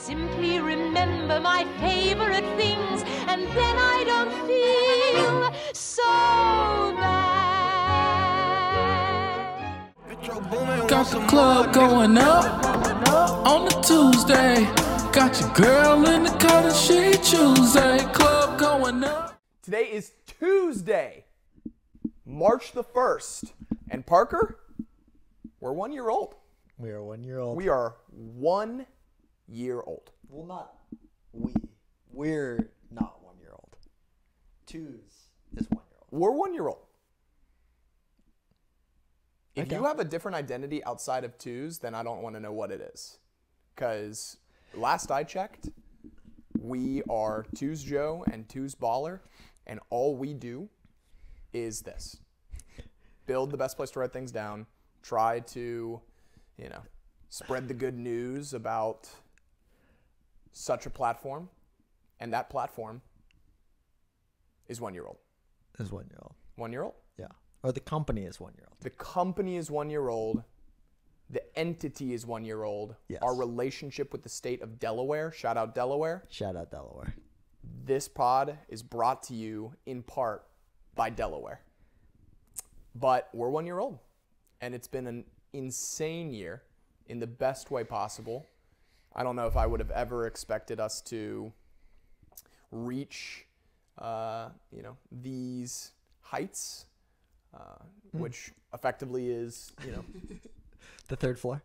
simply remember my favorite things, and then I don't feel so bad. Got the club going up on the Tuesday. Got your girl in the cut and she Tuesday. Club going up. Today is Tuesday, March the 1st. And Parker, we're one year old. We are one year old. We are one year old. well, not we. We're not one year old. Twos is one year old. We're one year old. If you Okay. have a different identity outside of twos, then I don't want to know what it is. Because last I checked, we are twos Joe and twos Baller, and all we do is this build the best place to write things down, try to, you know, spread the good news about such a platform, and that platform is one year old. Is one year old. One year old? Yeah. Or the company is one year old. the company is one year old the entity is one year old Yes. our relationship with the state of delaware shout out delaware Shout out Delaware. this pod is brought to you in part by delaware but we're one year old and it's been an insane year in the best way possible i don't know if i would have ever expected us to reach uh, you know these heights uh, which effectively is you know The third floor.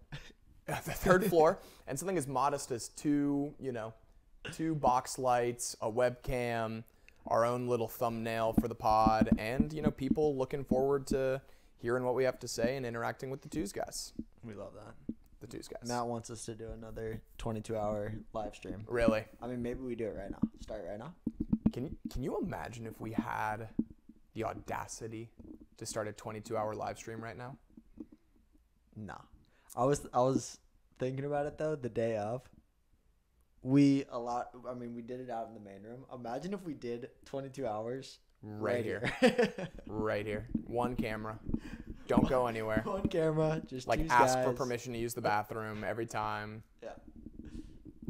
the third floor, and something as modest as two, you know, two box lights, a webcam, our own little thumbnail for the pod, and you know, people looking forward to hearing what we have to say and interacting with the twos guys. We love that. The twos guys. Matt wants us to do another 22 hour live stream. Really? I mean, maybe we do it right now. Start right now. Can can you imagine if we had the audacity to start a 22-hour live stream right now? No. I was I was thinking about it though the day of. We allowed I mean we did it out in the main room. Imagine if we did 22 hours Right here. here. Right here, one camera. Don't go anywhere. On camera, just Like these ask for guys. permission to use the bathroom every time. Yeah.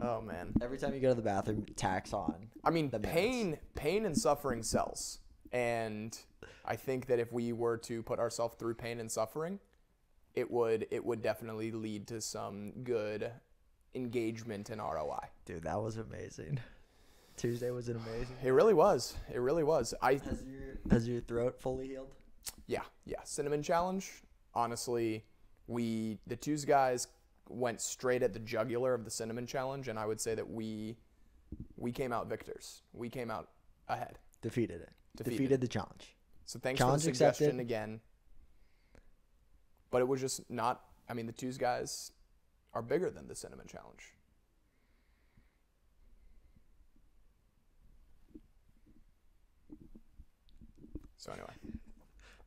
Oh man. Every time you go to the bathroom, tax on. I mean, the meds. pain, pain and suffering sells, and I think that if we were to put ourselves through pain and suffering, it would it would definitely lead to some good engagement and ROI. Dude, that was amazing. Tuesday was an amazing. It really was. It really was. I Has your has your throat fully healed? yeah yeah. Cinnamon challenge. Honestly, we the twos guys went straight at the jugular of the cinnamon challenge, and I would say that we we came out victors. We came out ahead. Defeated it. Defeated. Defeated, the challenge. So thanks Challenge for the suggestion accepted. again. But it was just not. I mean, the twos guys are bigger than the cinnamon challenge. So anyway,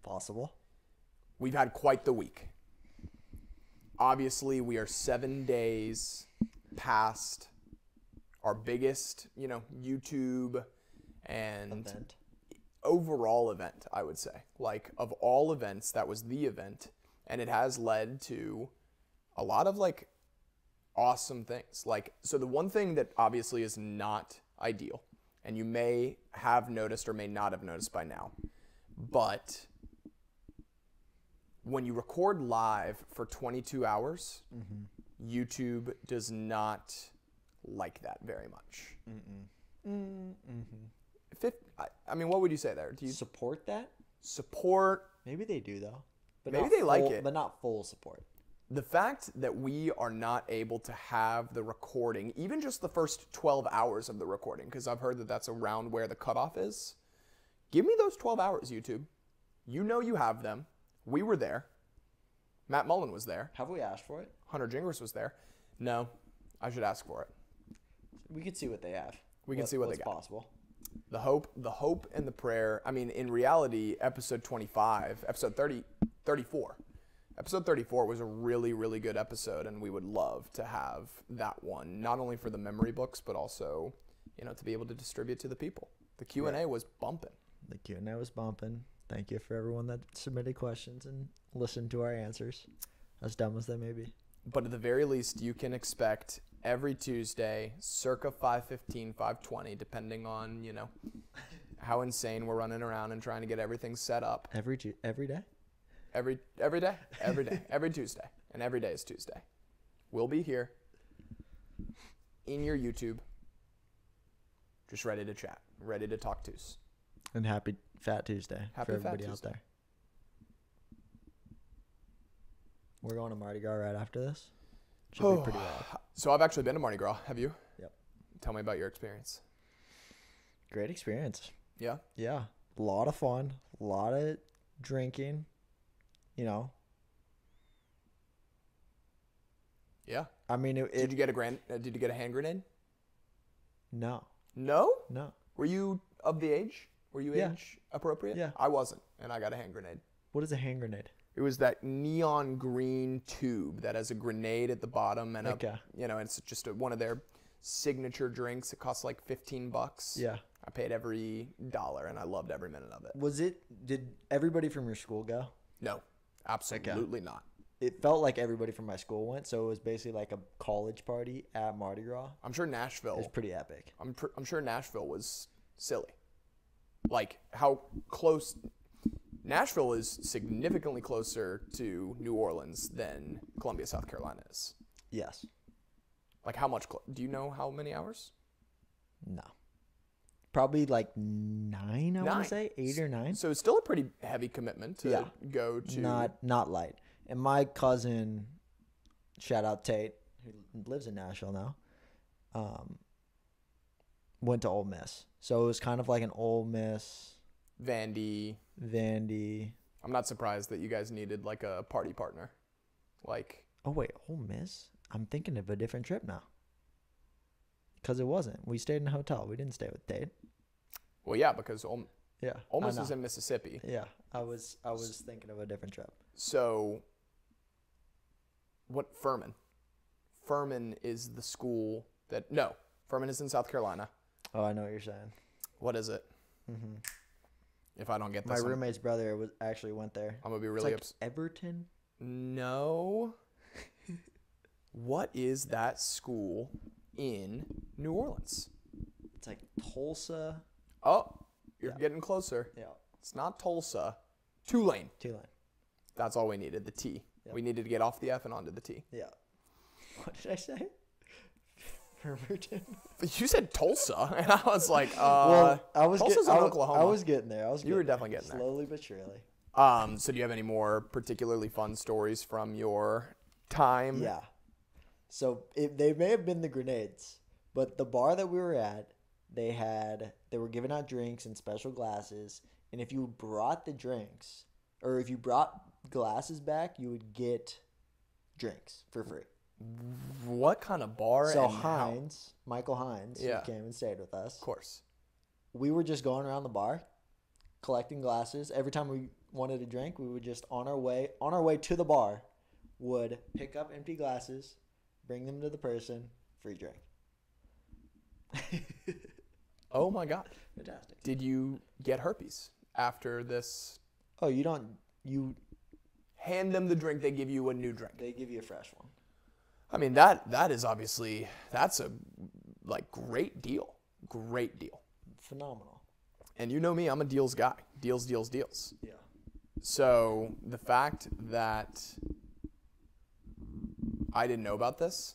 Possible. we've had quite the week. Obviously, we are seven days past our biggest, you know, YouTube and Event. overall event, I would say. Like of all events, that was the event, and it has led to a lot of like awesome things. Like so the one thing that obviously is not ideal, and you may have noticed or may not have noticed by now, but when you record live for 22 hours, YouTube does not like that very much. Fif- I, I mean, what would you say there? Do you Support that? support Maybe they do though. But Maybe not they like full- it. but not full support. the fact that we are not able to have the recording, even just the first 12 hours of the recording, because I've heard that that's around where the cutoff is. Give me those 12 hours, YouTube. You know you have them. We were there. Matt Mullen was there. Have we asked for it? Hunter Gingras was there. No, I should ask for it. We could see what they have. We can see what they what's got. possible. The hope, the hope and the prayer. I mean, in reality, episode 25, episode 30, 34. Episode 34 was a really, really good episode, and we would love to have that one, not only for the memory books, but also, you know, to be able to distribute to the people. The Q&A was bumping. The Q and A was bumping. Thank you for everyone that submitted questions and listened to our answers, as dumb as they may be. But at the very least, you can expect every Tuesday, circa 5:15, 5:20, depending on you know how insane we're running around and trying to get everything set up. Every Ju- every day. Every every day, every day, every Tuesday, and every day is Tuesday. We'll be here in your YouTube, just ready to chat, ready to talk to's. And happy Fat Tuesday Happy for Fat everybody out Tuesday. there. We're going to Mardi Gras right after this. Should be pretty wild. So I've actually been to Mardi Gras. Have you? Yep. Tell me about your experience. Great experience. Yeah. Yeah. A lot of fun. A lot of drinking. You know, Yeah. I mean, it. Did it you get a grand? Uh, did you get a hand grenade? no, No. no. Were you of the age? Were you Yeah. age appropriate? Yeah. I wasn't, and I got a hand grenade. What is a hand grenade? It was that neon green tube that has a grenade at the bottom and Okay. a, you know, it's just a, one of their signature drinks. It costs like 15 bucks. Yeah. I paid every dollar and I loved every minute of it. Was it? Did everybody from your school go? No, absolutely not. It felt like everybody from my school went, so it was basically like a college party at Mardi Gras. I'm sure It was Nashville, pretty epic. I'm, pr- I'm sure Nashville was silly. Like how close Nashville is significantly closer to New Orleans than Columbia, South Carolina is. Yes. Like how much? Cl- do you know how many hours? No. Probably like nine. I want Nine. to say eight or nine. So it's still a pretty heavy commitment to Yeah. go to. not not light. And my cousin, shout out Tate, who lives in Nashville now, um, went to Ole Miss. So it was kind of like an Ole Miss, Vandy. Vandy. I'm not surprised that you guys needed like a party partner. Like Oh wait, Ole Miss. I'm thinking of a different trip now. Cause it wasn't. We stayed in a hotel. We didn't stay with Tate. well, yeah, because Ole, Yeah, I Ole Miss know. is in Mississippi, Yeah, I was I was thinking of a different trip. so what? Furman. Furman is the school that no. Furman is in South Carolina. Oh, I know what you're saying. What is it? If I don't get Mm-hmm. My this, I'm- roommate's brother was actually went there. I'm, gonna be It's really like upset. Everton. No. what is that school in New Orleans? It's like Tulsa. Oh, you're getting closer. Yeah. It's not Tulsa. Tulane. Tulane. That's all we needed, the T. We needed to get off the F and onto the T. Yeah. What did I say? Fermerton. You said Tulsa, and I was like, uh, well, I was Tulsa's getting in I, Oklahoma. Oklahoma. I was getting there. I was. You were getting there. definitely getting there. Slowly but surely. um, so do you have any more particularly fun stories from your time? Yeah. So it, they may have been the grenades, but the bar that we were at, they had they were giving out drinks in special glasses, and if you brought the drinks, or if you brought glasses back, you would get drinks for free. What kind of bar? So and how? Of Hines, Michael Hines, Yeah. who came and stayed with us. course. we were just going around the bar collecting glasses every time we wanted a drink we would just on our way on our way to the bar would pick up empty glasses bring them to the person free drink Oh my God. fantastic Did you get herpes after this? oh you don't you Hand them the drink, they give you a new drink. they give you a fresh one I mean that that is obviously that's a like great deal, great deal. phenomenal And you know me, I'm a deals guy. Deals, deals, deals. yeah So the fact that I didn't know about this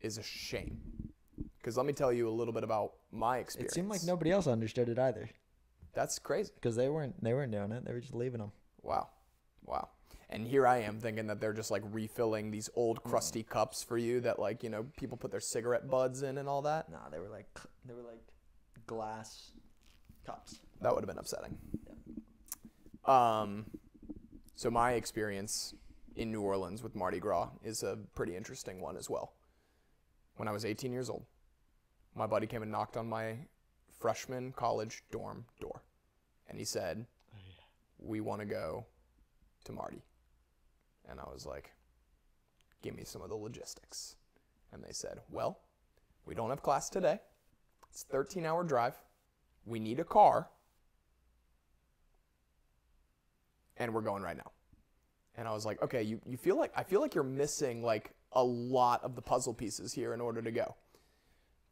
is a shame. Because let me tell you a little bit about my it experience. seemed like nobody else understood it either That's crazy. because they weren't they weren't doing it they were just leaving them Wow. Wow. And here I am thinking that they're just like refilling these old crusty Mm. cups for you that like, you know, people put their cigarette buds in and all that. nah they were like they were like glass cups That would have been upsetting. Um, so my experience in New Orleans with Mardi Gras is a pretty interesting one as well. When I was 18 years old, my buddy came and knocked on my freshman college dorm door, and he said, "We want to go to Mardi," and I was like, "Give me some of the logistics." And they said, "Well, we don't have class today. It's 13-hour drive. We need a car." and we're going right now. And I was like, okay, you, you feel like I feel like you're missing like a lot of the puzzle pieces here in order to go.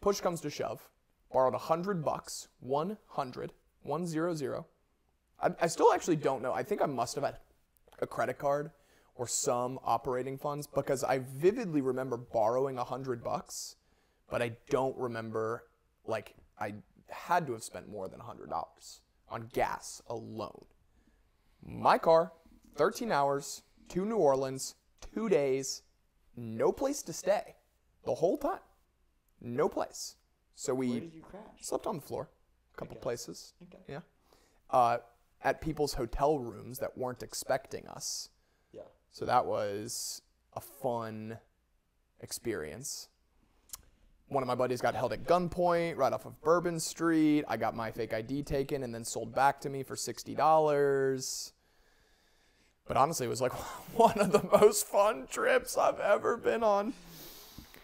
Push comes to shove. Borrowed 100 bucks, 100, 100. I, I still actually don't know. I think I must have had a credit card or some operating funds because I vividly remember borrowing 100 bucks, but I don't remember, like, I had to have spent more than $100 on gas alone. My car, 13 hours to New Orleans, two days, no place to stay the whole time. No place. So Where we did you crash? slept on the floor, a couple places. Okay. Yeah. Uh, at people's hotel rooms that weren't expecting us. Yeah. So that was a fun experience. One of my buddies got held at gunpoint right off of Bourbon Street. I got my fake ID taken and then sold back to me for $60. But honestly, it was like one of the most fun trips I've ever been on.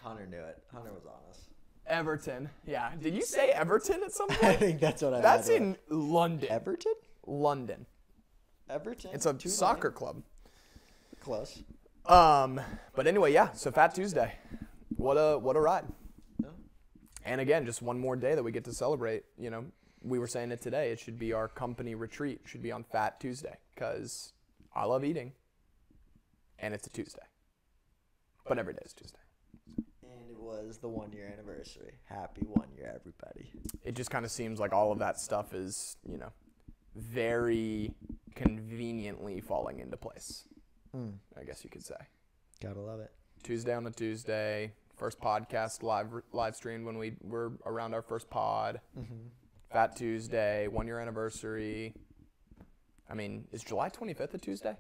Hunter knew it. Hunter was honest. Everton. Yeah. Did you say Everton at some I point? think that's what I That's had. in London. Everton? London. Everton? It's a Tulane? soccer club. Close. Um, but anyway, yeah. So Fat Tuesday, what a what a ride. Yeah. And again, just one more day that we get to celebrate. You know, we were saying it today. It should be our company retreat. It should be on Fat Tuesday because I love eating, and it's a Tuesday. But every day is Tuesday. And it was the one year anniversary. Happy one year, everybody. It just kind of seems like all of that stuff is you know very conveniently falling into place. I guess you could say. Gotta love it. Tuesday on a Tuesday. First podcast live live streamed when we were around our first pod. Fat Tuesday, one year anniversary. I mean, is July 25th a Tuesday?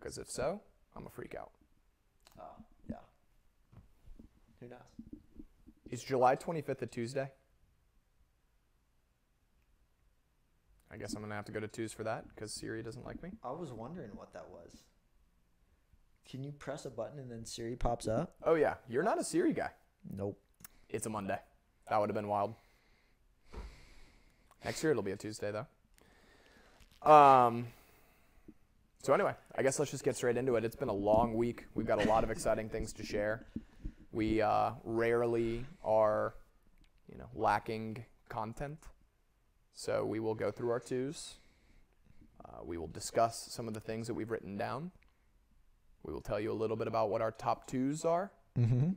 Because if so, I'm a freak out. Oh, yeah. Who knows? Is July 25th a Tuesday? I guess I'm gonna have to go to twos for that because Siri doesn't like me. I was wondering what that was. Can you press a button and then Siri pops up? Oh yeah, you're not a Siri guy. Nope. It's a Monday. That would have been wild. Next year it'll be a Tuesday though. Um. So anyway, I guess let's just get straight into it. It's been a long week. We've got a lot of exciting things to share. We uh, rarely are, you know, lacking content. So we will go through our twos. Uh, we will discuss some of the things that we've written down. We will tell you a little bit about what our top twos are, Mm-hmm.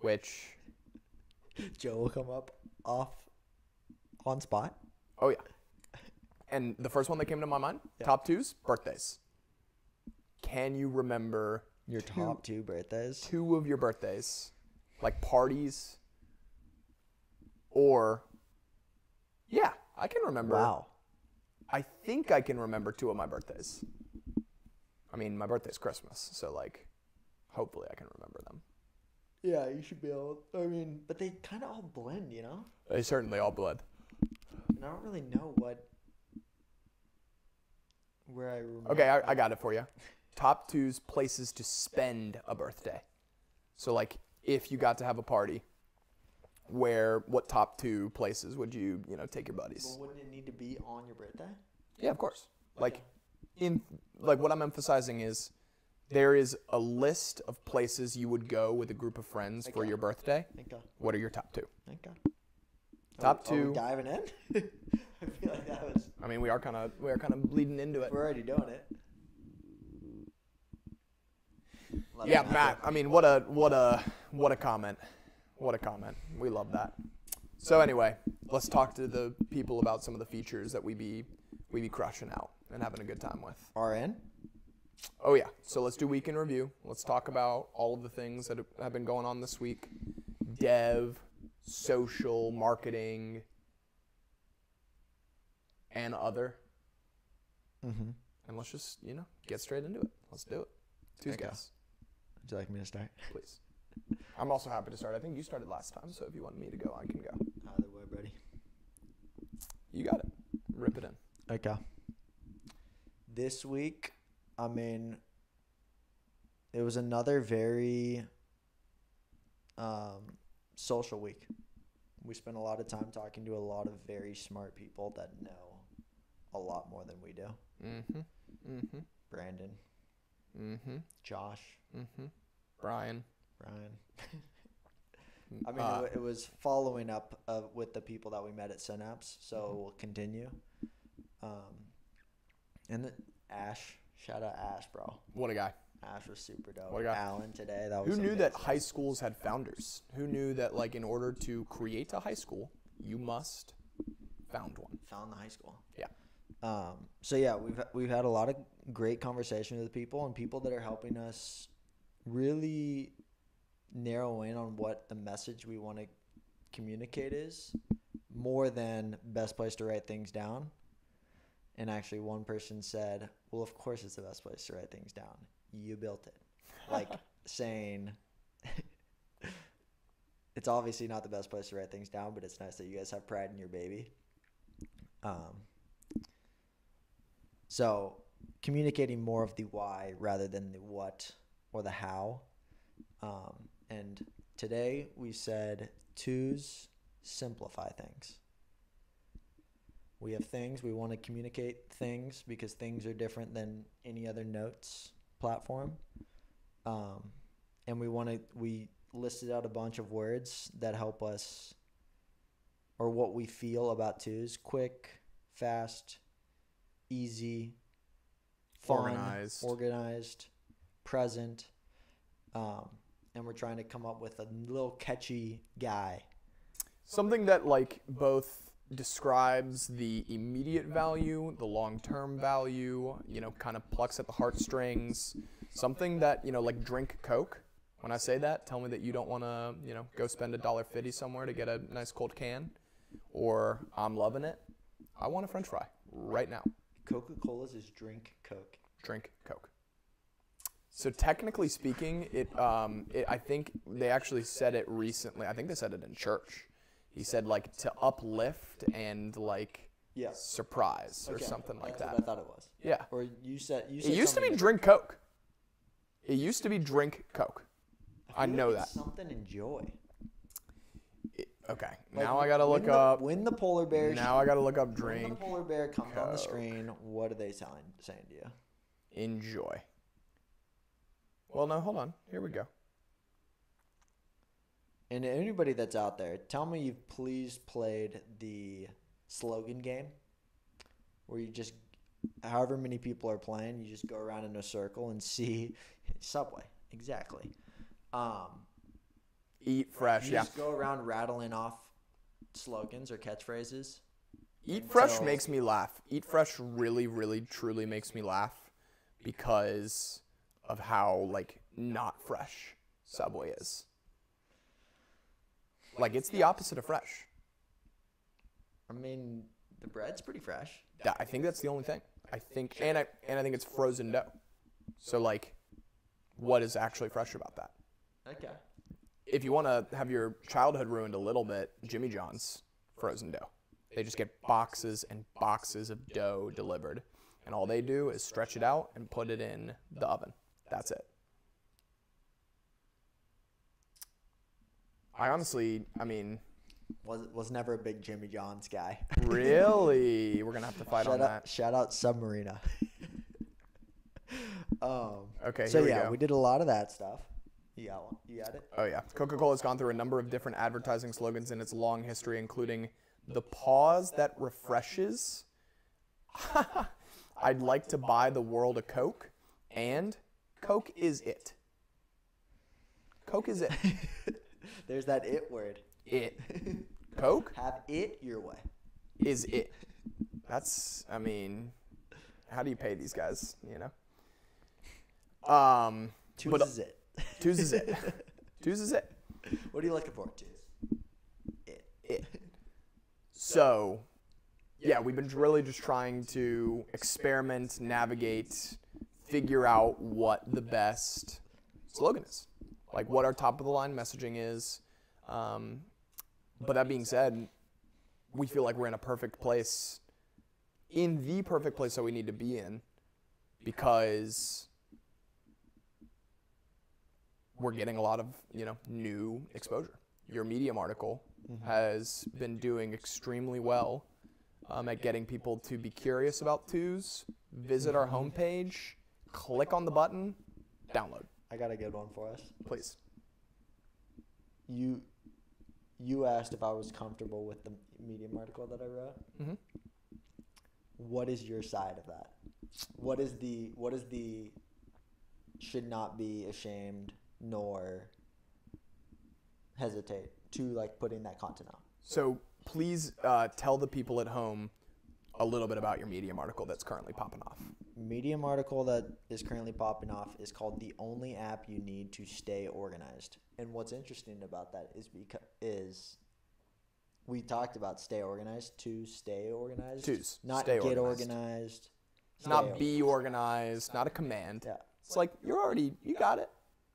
which Joe will come up off on spot. Oh yeah. And the first one that came to my mind, top twos, birthdays. Can you remember Your top two birthdays. two of your birthdays, like parties, or? Yeah, I can remember. Wow. I think I can remember two of my birthdays. I mean, my birthday's Christmas, so like, hopefully I can remember them. Yeah, you should be able. I mean, but they kind of all blend, you know. They certainly all bled. And I don't really know what where I remember. Okay, I, I got it for you. Top twos places to spend a birthday. So, like, if you got to have a party, where what top two places would you you know take your buddies? Well, wouldn't it need to be on your birthday? Yeah, of course. Like, in like what I'm emphasizing is there is a list of places you would go with a group of friends for your birthday. Thank God. What are your top two? Thank God. Top Are two. we diving in? I feel like that was. I mean, we are kind of we are kind of bleeding into it. We're already doing it. Let Yeah, me know. Matt. I mean, what a what a what a comment. What a comment. We love that. So anyway, let's talk to the people about some of the features that we be we be crushing out and having a good time with. RN. Oh yeah. So let's do week in review. Let's talk about all of the things that have been going on this week. Dev, social, marketing, and other. Mm-hmm. Would And let's just, you know, get straight into it. Let's do it. Two's Okay. guys. you like me to start? please. I'm also happy to start. I think you started last time, so if you want me to go, I can go. Either way, buddy. You got it. Rip it in. Okay. This week, I mean, it was another very um, social week. We spent a lot of time talking to a lot of very smart people that know a lot more than we do. Mm-hmm. Mm-hmm. Brandon, Mm-hmm. Josh, Mm-hmm. Brian. Brian. I mean, it Uh, wa- it, was following up uh, with the people that we met at Synapse, so Mm-hmm. we'll continue. Um, and then Ash, shout out Ash, bro. What a guy. Ash was super dope. a guy. Alan today, that was Who knew that amazing. high schools had founders? Who knew that like in order to create a high school, you must found one. found the high school. Yeah. Um, so yeah, we've we've had a lot of great conversation with people and people that are helping us really narrow in on what the message we want to communicate is more than best place to write things down. And actually one person said, "Well, of course it's the best place to write things down. You built it." Like saying it's obviously not the best place to write things down, but it's nice that you guys have pride in your baby. Um, so communicating more of the why rather than the what or the how. Um, and today we said twos simplify things. We have things, we want to communicate things because things are different than any other notes platform. Um, and we want to, we listed out a bunch of words that help us or what we feel about twos quick, fast, easy, fun, Organized. organized present. Um, and we're trying to come up with a little catchy guy. Something that like both describes the immediate value, the long-term value, you know, kind of plucks at the heartstrings. Something that, you know, like drink Coke. When I say that, tell me that you don't want to, you know, go spend a dollar 50 somewhere to get a nice cold can or I'm loving it. I want a french fry right now. Coca Cola's is drink Coke. drink Coke. So technically speaking, it, um, it I think they actually said it recently. I think they said it in church. He said like to uplift and like Yeah. surprise or something like That's that. what I thought it was. Yeah. Or you said you. Said It used to something be that- drink Coke. It used to be drink Coke. I feel like know it's that. Something enjoy. It- okay. Like, Now I gotta when look the- up. when the polar bear. Now I gotta look up When the drink. polar bear comes on the Coke. screen, what are they telling, saying to you? Enjoy. Well, no, hold on. Here we go. And anybody that's out there, tell me you've please played the slogan game where you just, however many people are playing, you just go around in a circle and see Subway. Exactly. Um, Eat fresh. you Yeah. just go around rattling off slogans or catchphrases. Eat Fresh So- makes me laugh. Eat Fresh really, really, truly makes me laugh because of how like not fresh Subway is. Like it's the opposite of fresh. I mean, the bread's pretty fresh. That- I think that's the only thing. I think, and I and I think it's frozen dough. So like, what is actually fresh about that? Okay. If you want to have your childhood ruined a little bit, Jimmy John's frozen dough. They just get boxes and boxes of dough delivered. And all they do is stretch it out and put it in the oven. That's it. I honestly, I mean, Was was never a big Jimmy John's guy. really, we're going to have to fight on shout out, that. shout out Submarina. um, Okay, So here we yeah, go. we did a lot of that stuff. You got one. You got it. Oh, yeah. Coca Cola has gone through a number of different advertising slogans in its long history, including the pause that refreshes, I'd like to buy the world a Coke, and Coke is it. Coke is it. There's that it word. It. Coke Have it your way. is it. That's, I mean, how do you pay these guys, you know? Um, Twos but- is it. Twos is it. Twos is it. What are you looking for? Twos. It. it. So, yeah, we've been really just trying to experiment, navigate, figure out what the best slogan is, like what our top of the line messaging is. Um, but that being said, we feel like we're in a perfect place, in the perfect place that we need to be in, because we're getting a lot of you know new exposure. Your Medium article has been doing extremely well um, at getting people to be curious about twos, visit our homepage, click on the button, download. I got a good one for us. Please. You you asked if I was comfortable with the Medium article that I wrote. Mhm. What is your side of that? What is the what is the should not be ashamed nor hesitate to like putting that content out. So please uh, tell the people at home a little bit about your Medium article that's currently popping off. Medium article that is currently popping off is called "The Only App You Need to Stay Organized." And what's interesting about that is because is we talked about stay organized to stay organized, Tos, not stay get organized. organized, It's not stay be organized, not a command. Yeah. It's like you're already you got it.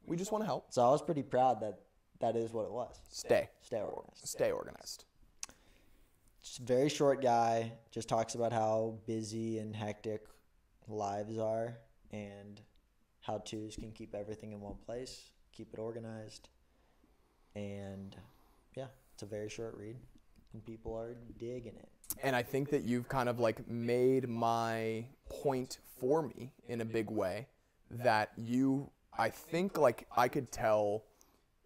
We just want to help. So I was pretty proud that that is what it was. Stay. Stay organized. Stay organized. Just very short guy. Just talks about how busy and hectic lives are, and how twos can keep everything in one place, keep it organized, and yeah, it's a very short read, and people are digging it. And I think that you've kind of like made my point for me in a big way that you I think like I could tell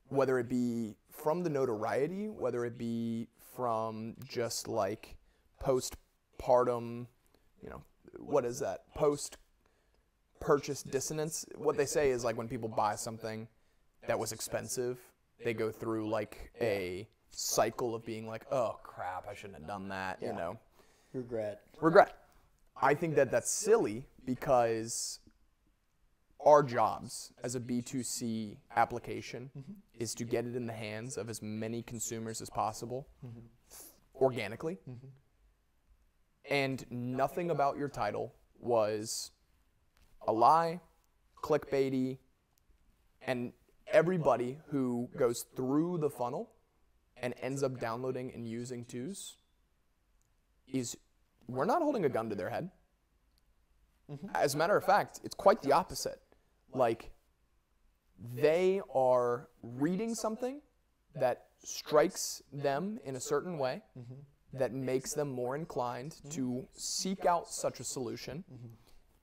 whether it be from the notoriety, whether it be from just like postpartum, you know, what is that? Post purchase dissonance. What they say is like when people buy something that was expensive, they go through like a cycle of being like, oh crap, I shouldn't have done that, you Yeah. know. Regret. Regret. I think that that's silly because our jobs as a B2C application is to get it in the hands of as many consumers as possible organically. And nothing about your title was a lie, clickbaity, and everybody who goes through the funnel and ends up downloading and using twos is we're not holding a gun to their head. As a matter of fact, it's quite the opposite. Like, they are reading something that strikes them in a certain way that makes them more inclined to seek out such a solution.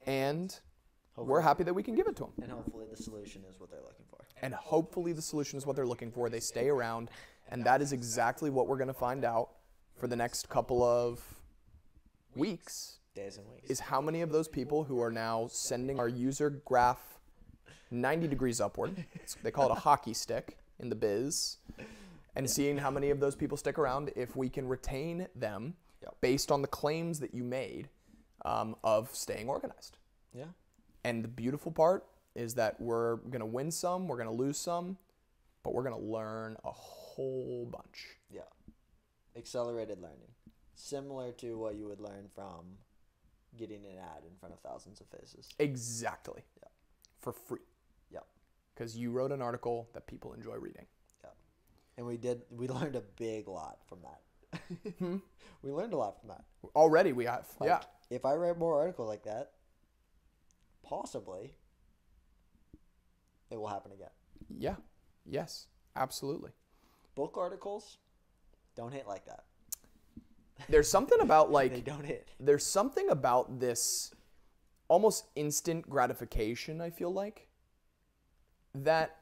And we're happy that we can give it to them. And hopefully, the solution is what they're looking for. And hopefully, the solution is what they're looking for. They stay around. And that is exactly what we're going to find out for the next couple of weeks Days and weeks. is how many of those people who are now sending our user graph 90 degrees upward, it's- they call it a hockey stick in the biz, and seeing how many of those people stick around if we can retain them Yep. based on the claims that you made um, of staying organized. Yeah. And the beautiful part is that we're going to win some, we're going to lose some, but we're going to learn a whole bunch. Yeah. Accelerated learning, similar to what you would learn from getting an ad in front of thousands of faces. Exactly. For free. Yep. Because you wrote an article that people enjoy reading. Yeah. And we did we learned a big lot from that. Hmm? we learned a lot from that. Already we have. Like, yeah. If I write more articles like that, possibly it will happen again. Yeah. Yes. Absolutely. Book articles don't hit like that. There's something about They like don't hit. there's something about this almost instant gratification, I feel like. That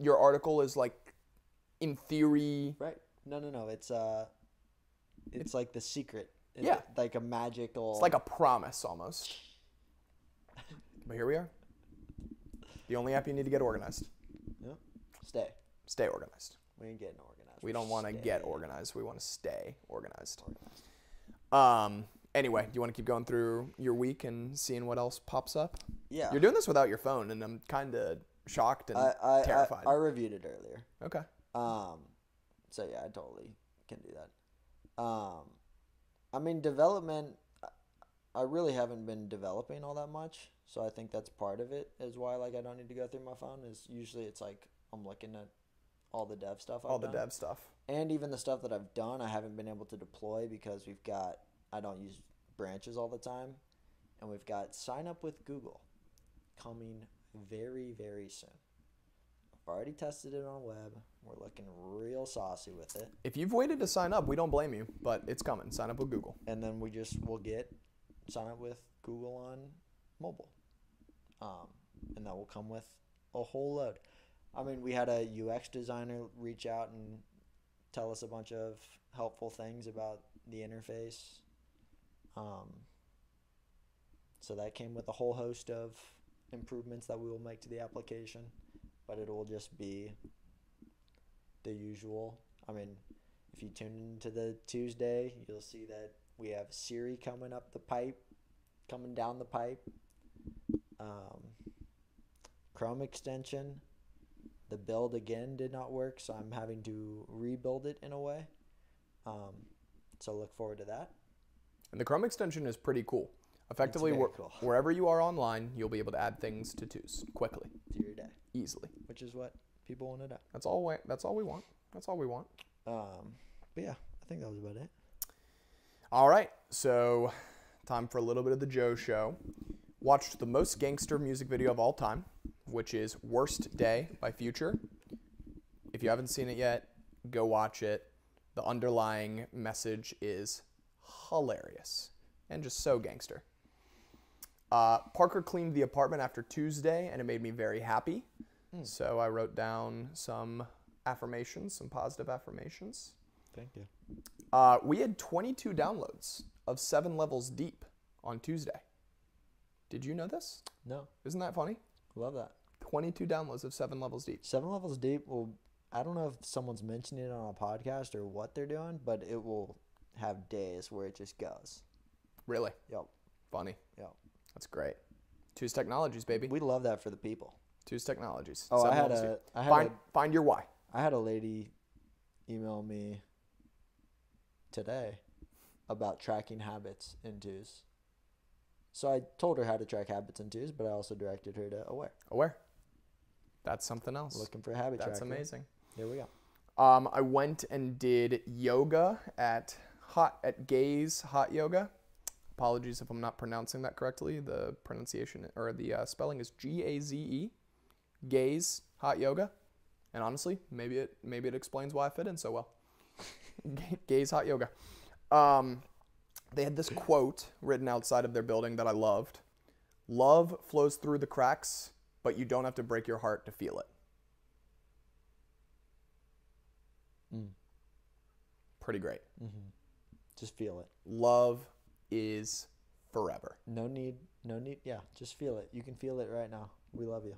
your article is like in theory Right. No, no, no. It's uh it's like the secret. It's Yeah. Like a magical it's like a promise almost. But here we are. The only app you need to get organized. yeah. stay. Stay organized. We ain't getting organized. We don't want to Stay. get organized. We want to stay organized. Um. Anyway, do you want to keep going through your week and seeing what else pops up? Yeah. You're doing this without your phone, and I'm kind of shocked and I, I, terrified. I, I reviewed it earlier. okay. Um, so yeah, I totally can do that. Um, I mean, development, I- I really haven't been developing all that much, so I think that's part of it is why like I don't need to go through my phone. Is usually it's like I'm looking at all the dev stuff. I've All the done. dev stuff. and even the stuff that I've done, I haven't been able to deploy because we've got I don't use branches all the time, and we've got sign up with Google coming very very soon. I've already tested it on web. We're looking real saucy with it, If you've waited to sign up, we don't blame you, but it's coming. Sign up with Google. and then we just will get sign up with Google on mobile, um, and that will come with a whole load. I mean, we had a UX designer reach out and tell us a bunch of helpful things about the interface. Um, so that came with a whole host of improvements that we will make to the application, but it will just be the usual. I mean, if you tune into the Tuesday, you'll see that we have Siri coming up the pipe, coming down the pipe. Um, Chrome extension. The build again did not work, so I'm having to rebuild it in a way. Um, so look forward to that. And the Chrome extension is pretty cool. Effectively, very where- cool. wherever you are online, you'll be able to add things to twos quickly, to your day, easily. which is what people want to know. That's all. We, that's all we want. That's all we want. Um, but yeah, I think that was about it. All right, so time for a little bit of the Joe Show. Watched the most gangster music video of all time, which is "Worst Day" by Future. If you haven't seen it yet, go watch it. The underlying message is hilarious and just so gangster. Uh, Parker cleaned the apartment after Tuesday, and it made me very happy. So I wrote down some affirmations, some positive affirmations. Thank you. Uh, we had 22 downloads of seven levels deep on Tuesday. Did you know this? No, Isn't that funny? love that. 22 downloads of seven levels deep. Seven Levels Deep will. I don't know if someone's mentioned it on a podcast or what they're doing, but it will have days where it just goes. Really Yep. funny. Yep. That's great. Two's Technologies, baby. We love that for the people. Two's Technologies. Oh, I Seven had levels a- deep. I had find, a- find your why. I had a lady email me today about tracking habits in twos. So I told her how to track habits in twos, but I also directed her to Aware, Aware. That's something else. looking for a habit That's tracker. amazing. There we go. Um, I went and did yoga at hot at Gaze Hot Yoga. Apologies if I'm not pronouncing that correctly. The pronunciation or the uh, spelling is G A Z E, Gaze Hot Yoga. And honestly, maybe it maybe it explains why I fit in so well. Gaze Hot Yoga. Um, they had this quote written outside of their building that I loved. Love flows through the cracks, but you don't have to break your heart to feel it. Pretty great. Just feel it. love is forever. No need. No need. Yeah, just feel it. You can feel it right now. We love you.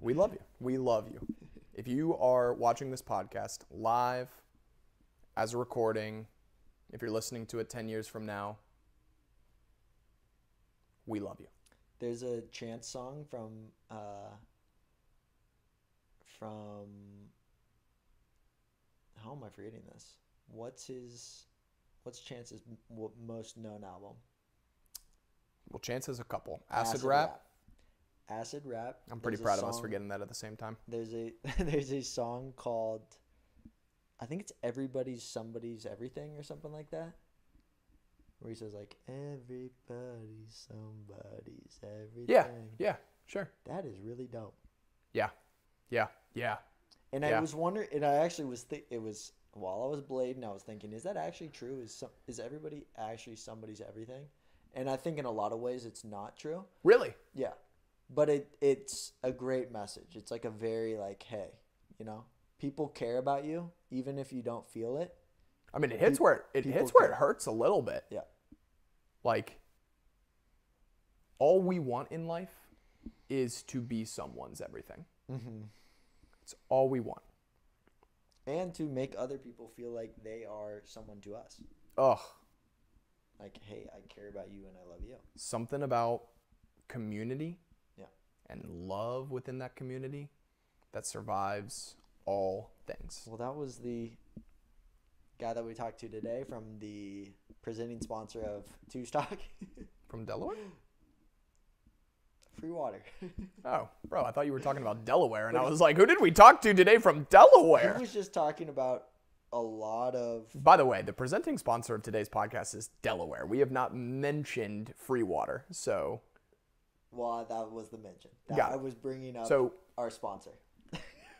We love you. We love you. If you are watching this podcast live as a recording, if you're listening to it 10 years from now, we love you. There's a chant song from uh from how am I forgetting this? What's his what's Chance's m- w- most known album? Well, Chance has a couple. Acid, rap. Acid rap. I'm pretty There's a proud of us for song- getting that at the same time. There's a there's a song called I think it's Everybody's Somebody's Everything or something like that. Where he says like everybody's somebody's everything. Yeah. Yeah. Sure. That is really dope. Yeah. Yeah. Yeah. And Yeah. I was wondering, and I actually was, th- it was while I was blading, I was thinking, is that actually true? Is some, is everybody actually somebody's everything? And I think in a lot of ways it's not true. Really? Yeah, but it it's a great message. It's like a very like, hey, you know, people care about you even if you don't feel it. I mean, it hits where it, it people hits where it care. hurts a little bit. Yeah, Like, all we want in life is to be someone's everything. It's all we want. and to make other people feel like they are someone to us. Ugh, Like, hey, I care about you and I love you. something about community Yeah. and love within that community that survives all things. Well, that was the guy that we talked to today from the presenting sponsor of Two Stock From Delaware? Free Water. Oh, bro, I thought you were talking about Delaware, and I was like, who did we talk to today from Delaware? he was just talking about a lot of By the way, the presenting sponsor of today's podcast is Delaware. We have not mentioned free water, so well, that was the mention. That Got it. I was bringing up So- our sponsor.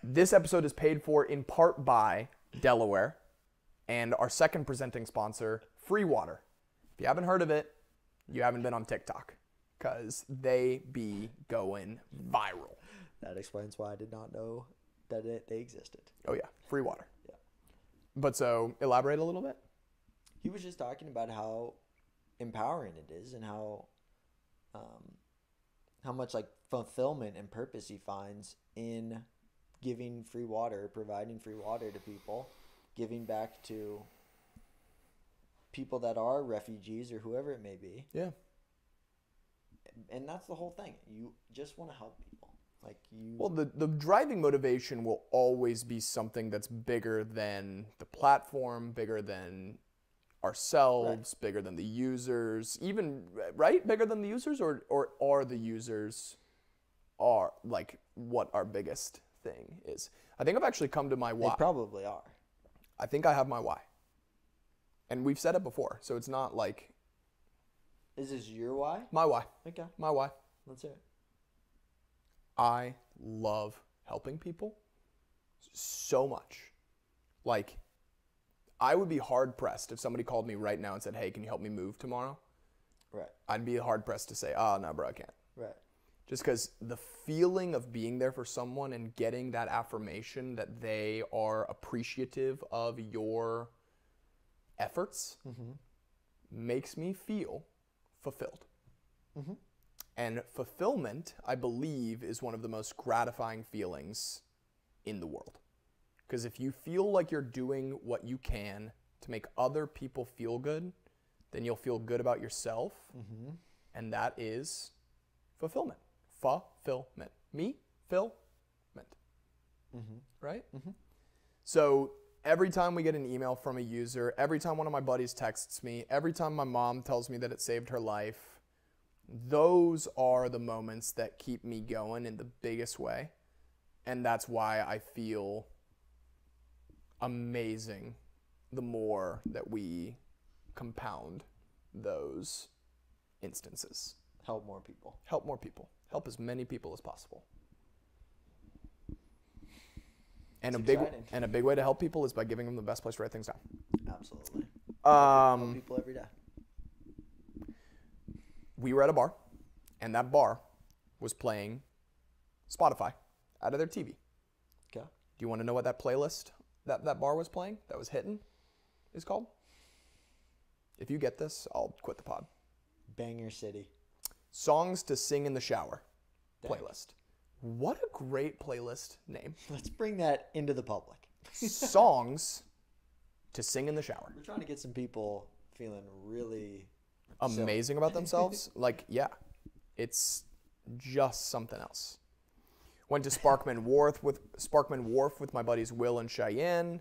This episode is paid for in part by Delaware and our second presenting sponsor, Free Water. If you haven't heard of it, you haven't been on TikTok because they be going viral. That explains why I did not know that it, they existed. Oh yeah, free water. Yeah. But so elaborate a little bit. He was just talking about how empowering it is and how um, how much like fulfillment and purpose he finds in giving free water, providing free water to people, giving back to people that are refugees or whoever it may be. Yeah. And that's the whole thing. You just want to help people. Like you Well, the, the driving motivation will always be something that's bigger than the platform, bigger than ourselves, bigger than the users, even right? Bigger than the users or or are the users are like what our biggest thing is. I think I've actually come to my they why. probably are. I think I have my why. And we've said it before, so it's not like Is this your why? my why. Okay, My why. let's hear it. I love helping people so much. Like, I would be hard pressed if somebody called me right now and said, Hey, can you help me move tomorrow? Right, I'd be hard pressed to say, Oh, no, bro, I can't. right. Just because the feeling of being there for someone and getting that affirmation that they are appreciative of your efforts makes me feel fulfilled. And fulfillment, I believe, is one of the most gratifying feelings in the world. Because if you feel like you're doing what you can to make other people feel good, then you'll feel good about yourself. And that is fulfillment. Fulfillment. Me, fulfillment. Right? So every time we get an email from a user, every time one of my buddies texts me, every time my mom tells me that it saved her life, those are the moments that keep me going in the biggest way. And that's why I feel amazing the more that we compound those instances. Help more people. Help more people, help as many people as possible. And a big exciting. and a big way to help people is by giving them the best place to write things down. Absolutely. Um, People every day. we were at a bar, and that bar was playing Spotify out of their TV. Do Okay. you want to know what that playlist that that bar was playing that was hitting is called? If you get this, I'll quit the pod. Banger City. Songs to sing in the shower playlist. What a great playlist name. Let's bring that into the public. Songs to sing in the shower. We're trying to get some people feeling really. amazing about themselves. like, yeah, it's just something else. Went to Sparkman Wharf with Sparkman Wharf with my buddies Will and Cheyenne.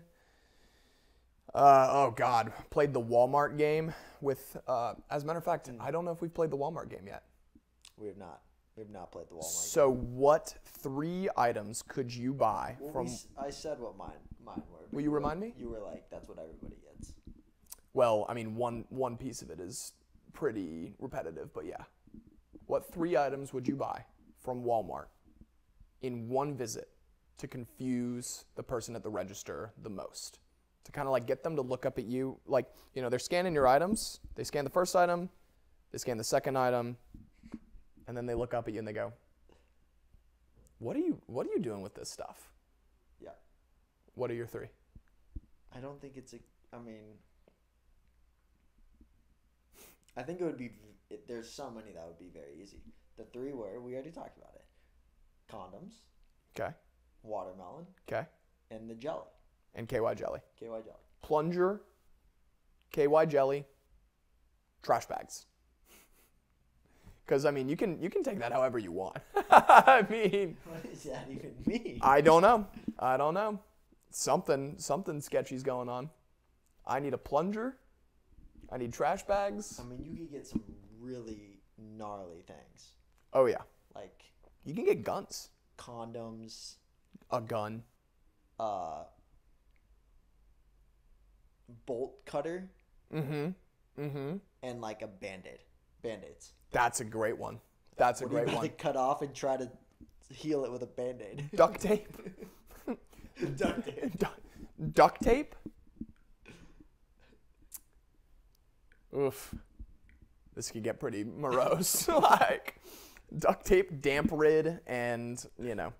Uh, oh God, played the Walmart game with. Uh, as a matter of fact, I don't know if we've played the Walmart game yet. We have not. We have not played the Walmart. So, what three items could you buy Well, from? we s- I said what mine mine were. but Will you were- remind me? You were like, that's what everybody gets. Well, I mean, one one piece of it is pretty repetitive, but yeah. What three items would you buy from Walmart in one visit to confuse the person at the register the most? To kind of like get them to look up at you, like you know, they're scanning your items. They scan the first item, they scan the second item, and then they look up at you and they go, "What are you? What are you doing with this stuff? Yeah. What are your three? I don't think it's a. I mean, I think it would be. v- It, there's so many that would be very easy. The three were we already talked about it: condoms, Okay, watermelon, okay, and the jelly. and KY jelly." KY jelly. plunger, KY jelly, trash bags. Because I mean, you can you can take that however you want. I mean, What does that even mean? I don't know. I don't know. Something something sketchy's going on. I need a plunger. I need trash bags. I mean, you could get some really gnarly things Oh yeah, like you can get guns. condoms, A gun. uh, bolt cutter, Mm-hmm. and like a band aid. Band aids. That's a great one. That's a What are you great about one. to cut off and try to heal it with a band aid? Duct tape. Duct tape. Du- duct tape. Oof. This could get pretty morose. like duct tape, damp rid, and you know,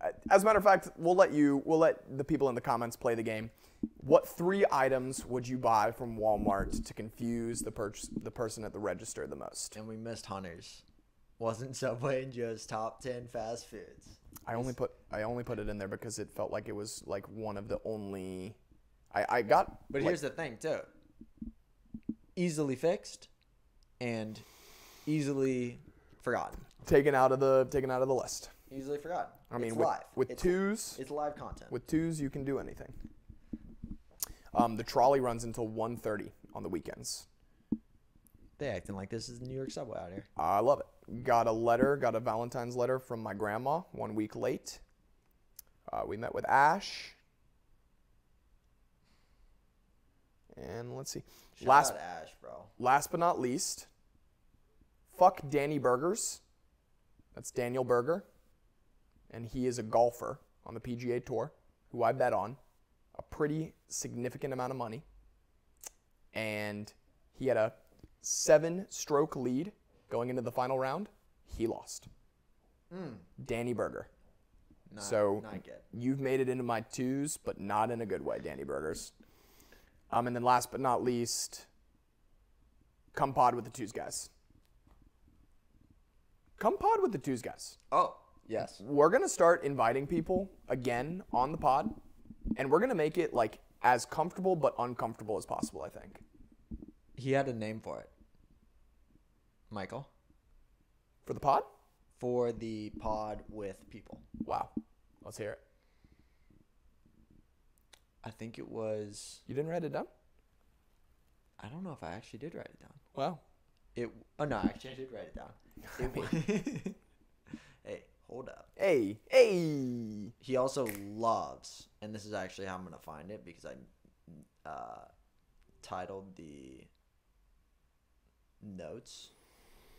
Uh, As a matter of fact, we'll let you we'll let the people in the comments play the game. What three items would you buy from Walmart to confuse the purchase, the person at the register the most? And we missed Hunter's. Wasn't Subway and Joe's top 10 fast foods. I only put I only put it in there because it felt like it was like one of the only. I, I got But here's the thing, too. Easily fixed and easily forgotten. taken out of the taken out of the list. Easily forgotten. I mean, it's with, live. with it's, twos, It's live content. with twos you can do anything. Um, the trolley runs until 1.30 on the weekends. they acting like this is the New York subway out here. I love it. Got a letter, got a Valentine's letter from my grandma one week late. Uh, we met with Ash. And let's see. Shout last out Ash, bro. last but not least, fuck Danny Burgers. That's Daniel Berger. And he is a golfer on the PGA Tour who I bet on a pretty significant amount of money. And he had a seven stroke lead going into the final round. He lost. Danny Berger. Not, So- not good. You've made it into my twos, but not in a good way, Danny Burgers. Um, and then last but not least, come pod with the twos guys. Come pod with the twos guys. Oh yes, We're gonna start inviting people again on the pod, and we're gonna make it like as comfortable but uncomfortable as possible. I think. he had a name for it. Michael For the pod? for the pod with people. Wow. Let's hear it. I think it was. You didn't write it down? I don't know if I actually did write it down. Wow. It. Oh no, actually I did write it down. It wa- hey, hold up. Hey, hey. He also loves, and this is actually how I'm gonna find it because I uh, titled the notes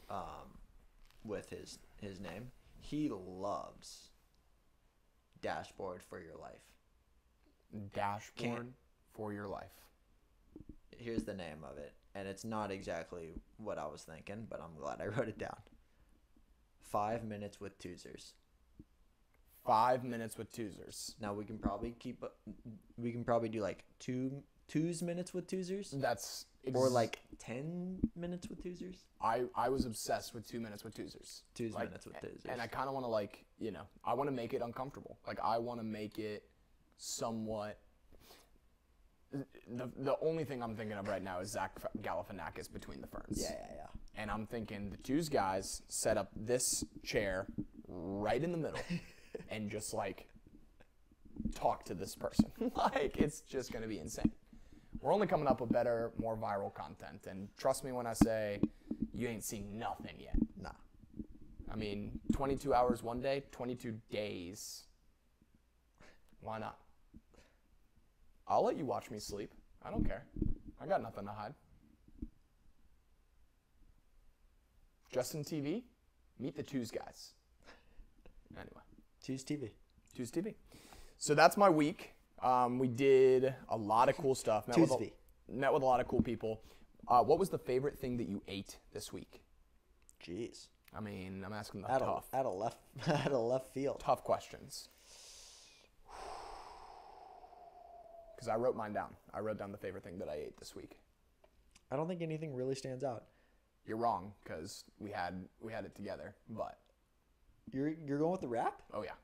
um, with his his name. He loves dashboard for your life. Dashboard Can't- for your life. Here's the name of it, and it's not exactly what I was thinking, but I'm glad I wrote it down. Five minutes with Toozers. Five minutes with twosers. Now we can probably keep. We can probably do like two twos minutes with Toozers. That's or ex- like 10 minutes with Toozers. I I was obsessed with two minutes with twosers. Two Like, minutes with a- Toozers. And I kind of want to like you know I want to make it uncomfortable. Like I want to make it somewhat. The, the only thing I'm thinking of right now is Zach Galifianakis between the ferns. yeah, yeah, yeah. And I'm thinking the twos guys set up this chair right in the middle and just like talk to this person. like it's just gonna be insane. We're only coming up with better, more viral content. And trust me when I say you ain't seen nothing yet. Nah. I mean, 22 hours one day, 22 days. Why not? I'll let you watch me sleep. I don't care. I got nothing to hide. Justin TV, meet the twos guys. Anyway, Choose TV. twos TV. So that's my week. Um, we did a lot of cool stuff. Met with a, Tuesday. met with a lot of cool people. Uh, what was the favorite thing that you ate this week? Jeez. I mean, I'm asking the Out tough, of, out of left out of left field. tough questions. Because I wrote mine down. I wrote down the favorite thing that I ate this week. I don't think anything really stands out. You're wrong because we had we had it together. But You're you're going with the rap? oh yeah,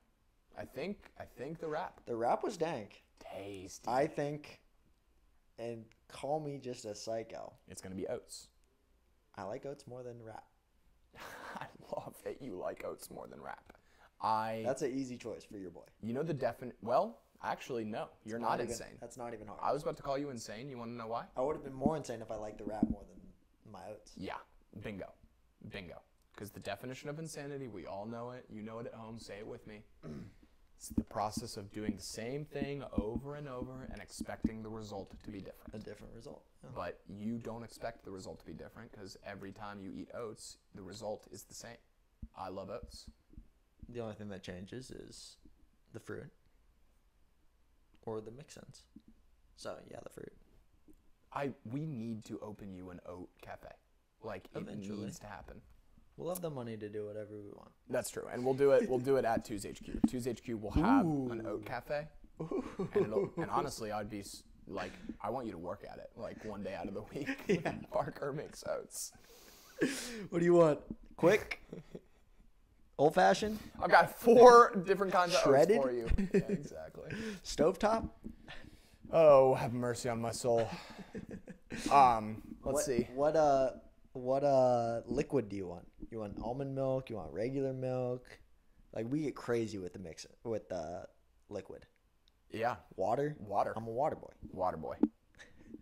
I think I think the wrap The rap was dank. tasty. I think and call me just a psycho. It's gonna be oats. I like oats more than rap. I love that you like oats more than wrap. I That's an easy choice for your boy. you know the definite. Well, actually no, you're not, even, insane. That's not even hard. I was about to call you insane. You want to know why? I would have been more insane if I liked the rap more than my oats. Yeah, bingo, bingo. Because the definition of insanity, we all know it. You know it at home. Say it with me. it's the process of doing the same thing over and over and expecting the result to be A different. different result. Yeah. But you don't expect the result to be different because every time you eat oats, the result is the same. I love oats. The only thing that changes is the fruit or the mix-ins. So yeah, the fruit. I we need to open you an oat cafe. Like it Eventually. needs to happen. We'll have the money to do whatever we want. That's true, and we'll do it. We'll do it at Two's HQ. Two's HQ will have an oat cafe, and, it'll, and honestly, I'd be s- like, I want you to work at it, like one day out of the week. Parker makes oats. What do you want? Quick? Old fashioned? I've got four different kinds of Shredded? oats for you. Yeah, exactly. Stovetop? Oh, have mercy on my soul. Um, let's What- see. What uh what uh liquid do you want? You want almond milk? You want regular milk? Like we get crazy with the mix with the liquid. Yeah, Water? Water. I'm a water boy. Waterboy.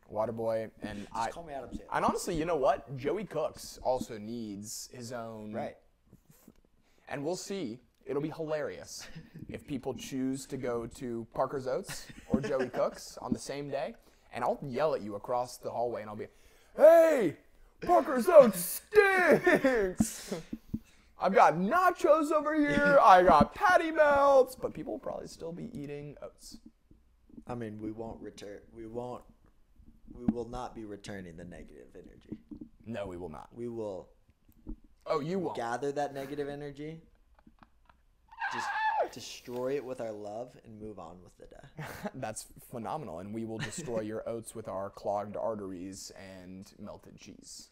Waterboy, and I. Just call me Adam Sandler. And honestly, you know what? Joey Cooks also needs his own. right. And we'll see. It'll be hilarious if people choose to go to Parker's Oats or Joey Cook's on the same day. And I'll yell at you across the hallway and I'll be, hey, Parker's Oats stinks. I've got nachos over here. I got patty melts. But people will probably still be eating oats. I mean we won't return we won't we will not be returning the negative energy. No, we will not. We will Oh, you won't. gather that negative energy. Just destroy it with our love and move on with the day. That's phenomenal. And we will destroy your oats with our clogged arteries and melted cheese.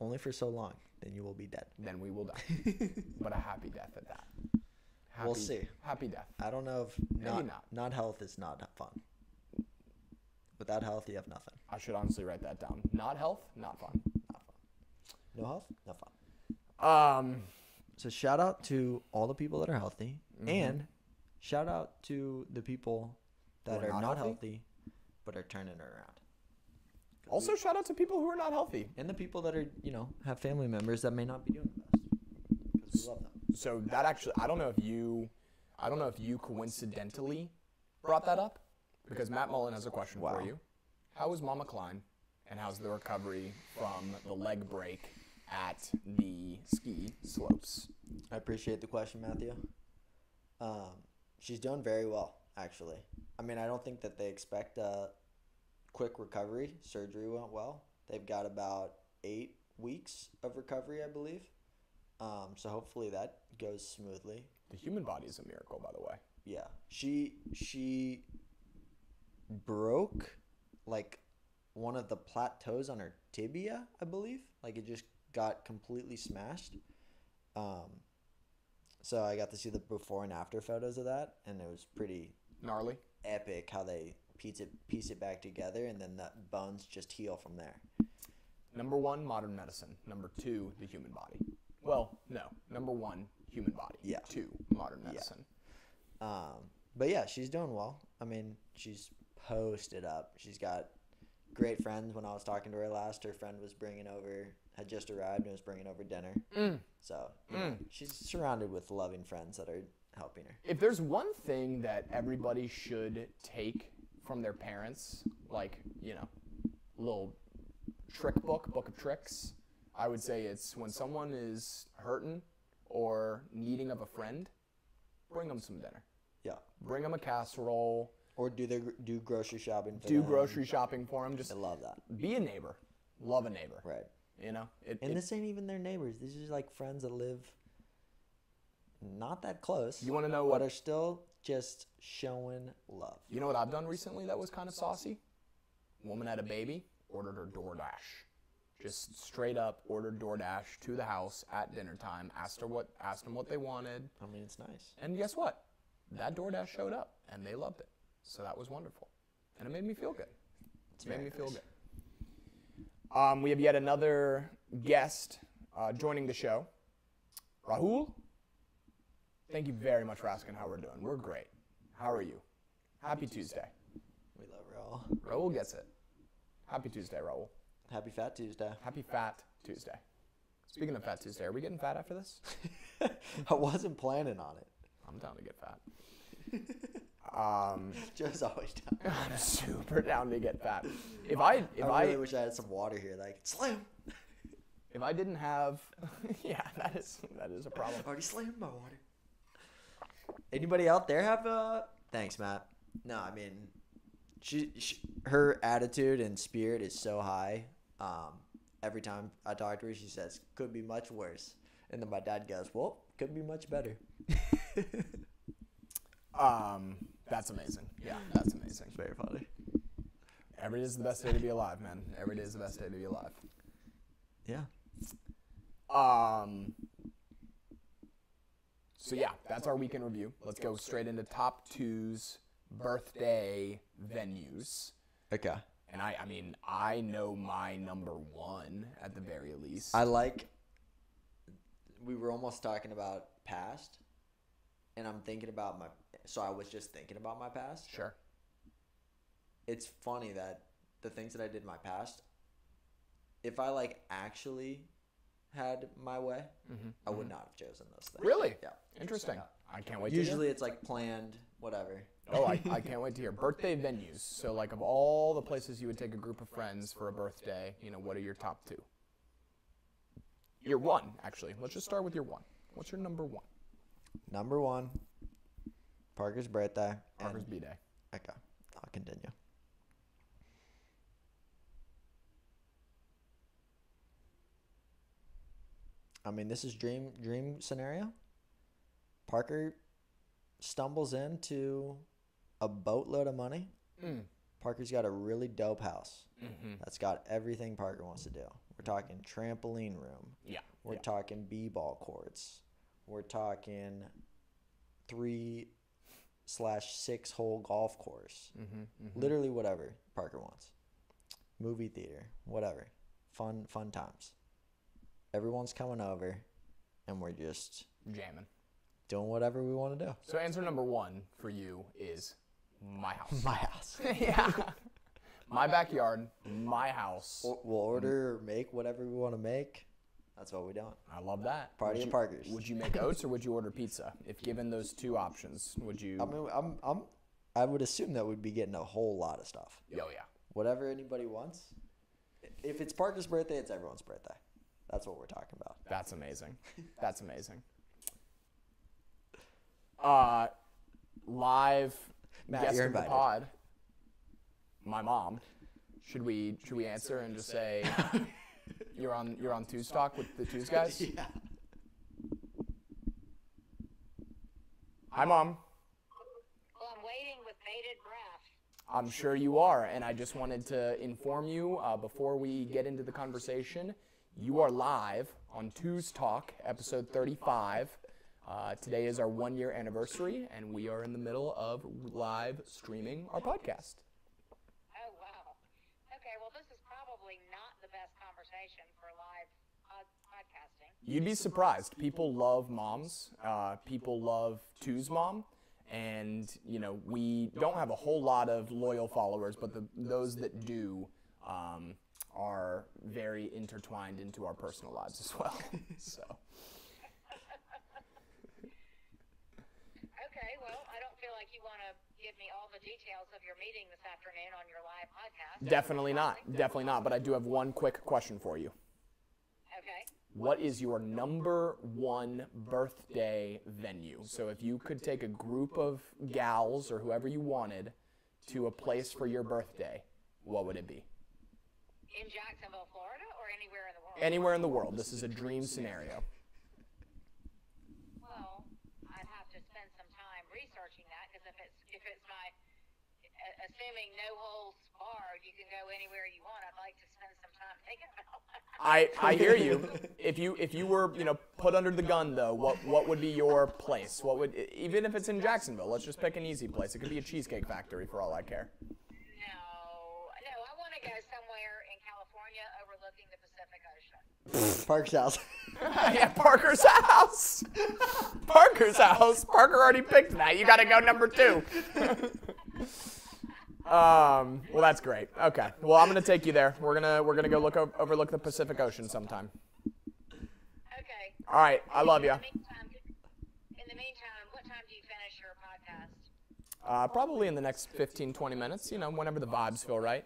Only for so long, then you will be dead. then we will die. but a happy death at that. Happy, We'll see. Happy death. I don't know if not, not. not health is not fun. Without health, you have nothing. I should honestly write that down. Not health, not fun. No health, no fun. Um, So shout out to all the people that are healthy, and shout out to the people that are are, not not, healthy? healthy? but are turning it around, also, shout out to people who are not healthy. and the people that are you know have family members that may not be doing the best. Because we love them. So that actually, I don't know if you, I don't know if you coincidentally brought that up, because Matt Mullen has a question for you. How is Mama Klein, and how's the recovery from the leg break at the ski slopes? I appreciate the question, Matthew. Um, she's doing very well, actually. I mean, I don't think that they expect a quick recovery. Surgery went well. They've got about eight weeks of recovery, I believe. Um, so hopefully that goes smoothly. The human body is a miracle, by the way. Yeah, she she broke like one of the plateaus on her tibia, I believe. Like it just got completely smashed. Um, so I got to see the before and after photos of that, and it was pretty Gnarly. epic how they piece it piece it back together, and then the bones just heal from there. Number one, modern medicine. Number two, the human body. Well, no. Number one, human body. Yeah. Two, modern medicine. Um, but yeah, she's doing well. I mean, she's posted up. She's got great friends. When I was talking to her last, her friend was bringing over, had just arrived and was bringing over dinner. Mm. So you know, she's surrounded with loving friends that are helping her. If there's one thing that everybody should take from their parents, like, you know, little trick book, book of tricks, I would say it's when someone is hurting or needing of a friend, bring them some dinner. Yeah. Bring them a casserole. Or do their do grocery shopping. For Do them. grocery shopping for them. Just I love that. be a neighbor. Love a neighbor. Right. You know, it, And it- this ain't even their neighbors. These are like friends that live not that close. You wanna know what- But are still just showing love. You know what I've done recently that was kind of saucy? Woman had a baby, ordered her DoorDash. Just straight up ordered DoorDash to the house at dinner time, asked her what asked them what they wanted, I mean, it's nice. and guess what? That DoorDash showed up and they loved it. So that was wonderful. And it made me feel good. It made very me feel nice. good. Um, we have yet another guest uh, joining the show. Rahul, thank you very much for asking how we're doing. We're great. How are you? Happy Tuesday. We love her all. Raul gets it. Happy Tuesday, Raul. Happy Fat Tuesday. Happy Fat Tuesday. Speaking of Fat Tuesday, are we getting fat after this? I wasn't planning on it. I'm down to get fat. Um, Joe's always down. I'm super down to get fat. If I if I I, really wish I had some water here. Like slam, if I didn't have yeah, that is that is a problem. already slammed my water. Anybody out there have a? Thanks, Matt. No, I mean, she, she her attitude and spirit is so high. Um, every time I talk to her, she says could be much worse, And then my dad goes, well, could be much better. Um, that's amazing. Yeah, that's amazing. Very funny. Every day is the best day to be alive, man. Every day is the best day to be alive. Yeah. Um, so yeah, that's our weekend review. Let's go straight into top twos birthday venues. Okay. And I, I mean, I know my number one at the very least. I like. We were almost talking about past, and I'm thinking about my. So I was just thinking about my past. sure. It's funny that the things that I did in my past, if I like actually had my way, I would not have chosen those things. Mm-hmm. Really? Yeah. Interesting. I can't wait. to hear. Usually it's like planned, whatever. Oh, I, I can't wait to hear. Birthday venues. So, like, of all the places you would take a group of friends for a birthday, you know, what are your top two? Your one, actually. Let's just start with your one. What's your number one? Number one, Parker's birthday. Parker's B Day. Okay, I'll continue. I mean, this is dream dream scenario. Parker stumbles into a boatload of money. Parker's got a really dope house that's got everything Parker wants to do. We're talking trampoline room. Yeah. We're talking b-ball courts. We're talking three slash six hole golf course. Mm-hmm, Literally whatever Parker wants. Movie theater, whatever. Fun fun times. Everyone's coming over, and we're just Jamming. doing whatever we want to do. So, answer number one for you is my house. My house. yeah. My backyard, my house. we'll we'll order, or make whatever we want to make. That's what we're doing. I love that. Party Would at you- Parker's. Would you make oats or would you order pizza? If given those two options, would you? I mean, I'm I'm I would assume that we'd be getting a whole lot of stuff. oh, yeah. whatever anybody wants. If it's Parker's birthday, it's everyone's birthday. That's what we're talking about. That's amazing. That's amazing. Uh, live Matt, guest you're of the invited. pod. My mom. Should we should we answer and just say you're on you're on Tuesday talk with the Tuesday guys? Yeah. Hi, mom. Well, I'm waiting with bated breath. I'm sure you are, and I just wanted to inform you uh, before we get into the conversation. You are live on Two's Talk, episode 35. Uh, today is our one year anniversary, and we are in the middle of live streaming our podcast. Oh, wow. Okay, well, this is probably not the best conversation for live pod- podcasting. You'd be surprised. People love moms. Uh, people love Two's mom. And, you know, we don't have a whole lot of loyal followers, but the, those that do um, are very intertwined into our personal lives as well. so, Okay, well, I don't feel like you want to give me all the details of your meeting this afternoon on your live podcast. definitely not. Definitely not. But I do have one quick question for you. Okay. What is your number one birthday venue? So if you could take a group of gals or whoever you wanted to a place for your birthday, what would it be? In Jacksonville, Florida, or anywhere in the world? Anywhere in the world. This is a dream scenario. Well, I'd have to spend some time researching that because if it's if it's my a- assuming no holes barred, you can go anywhere you want. I'd like to spend some time thinking about that. I, I hear you. If you if you were you know put under the gun though, what what would be your place? What would e, even if it's in Jacksonville? Let's just pick an easy place. It could be a cheesecake factory for all I care. No, no, I want to go somewhere in California overlooking the Pacific Ocean. Parker's house. yeah, Parker's house. Parker's house. Parker already picked that. You got to go number two. um. Well, that's great. Okay. Well, I'm gonna take you there. We're gonna we're gonna go look o- overlook the Pacific Ocean sometime. Okay. All right. I love you. In the meantime, in the meantime what time do you finish your podcast? Uh, probably in the next 15, 20 minutes. You know, whenever the vibes feel right.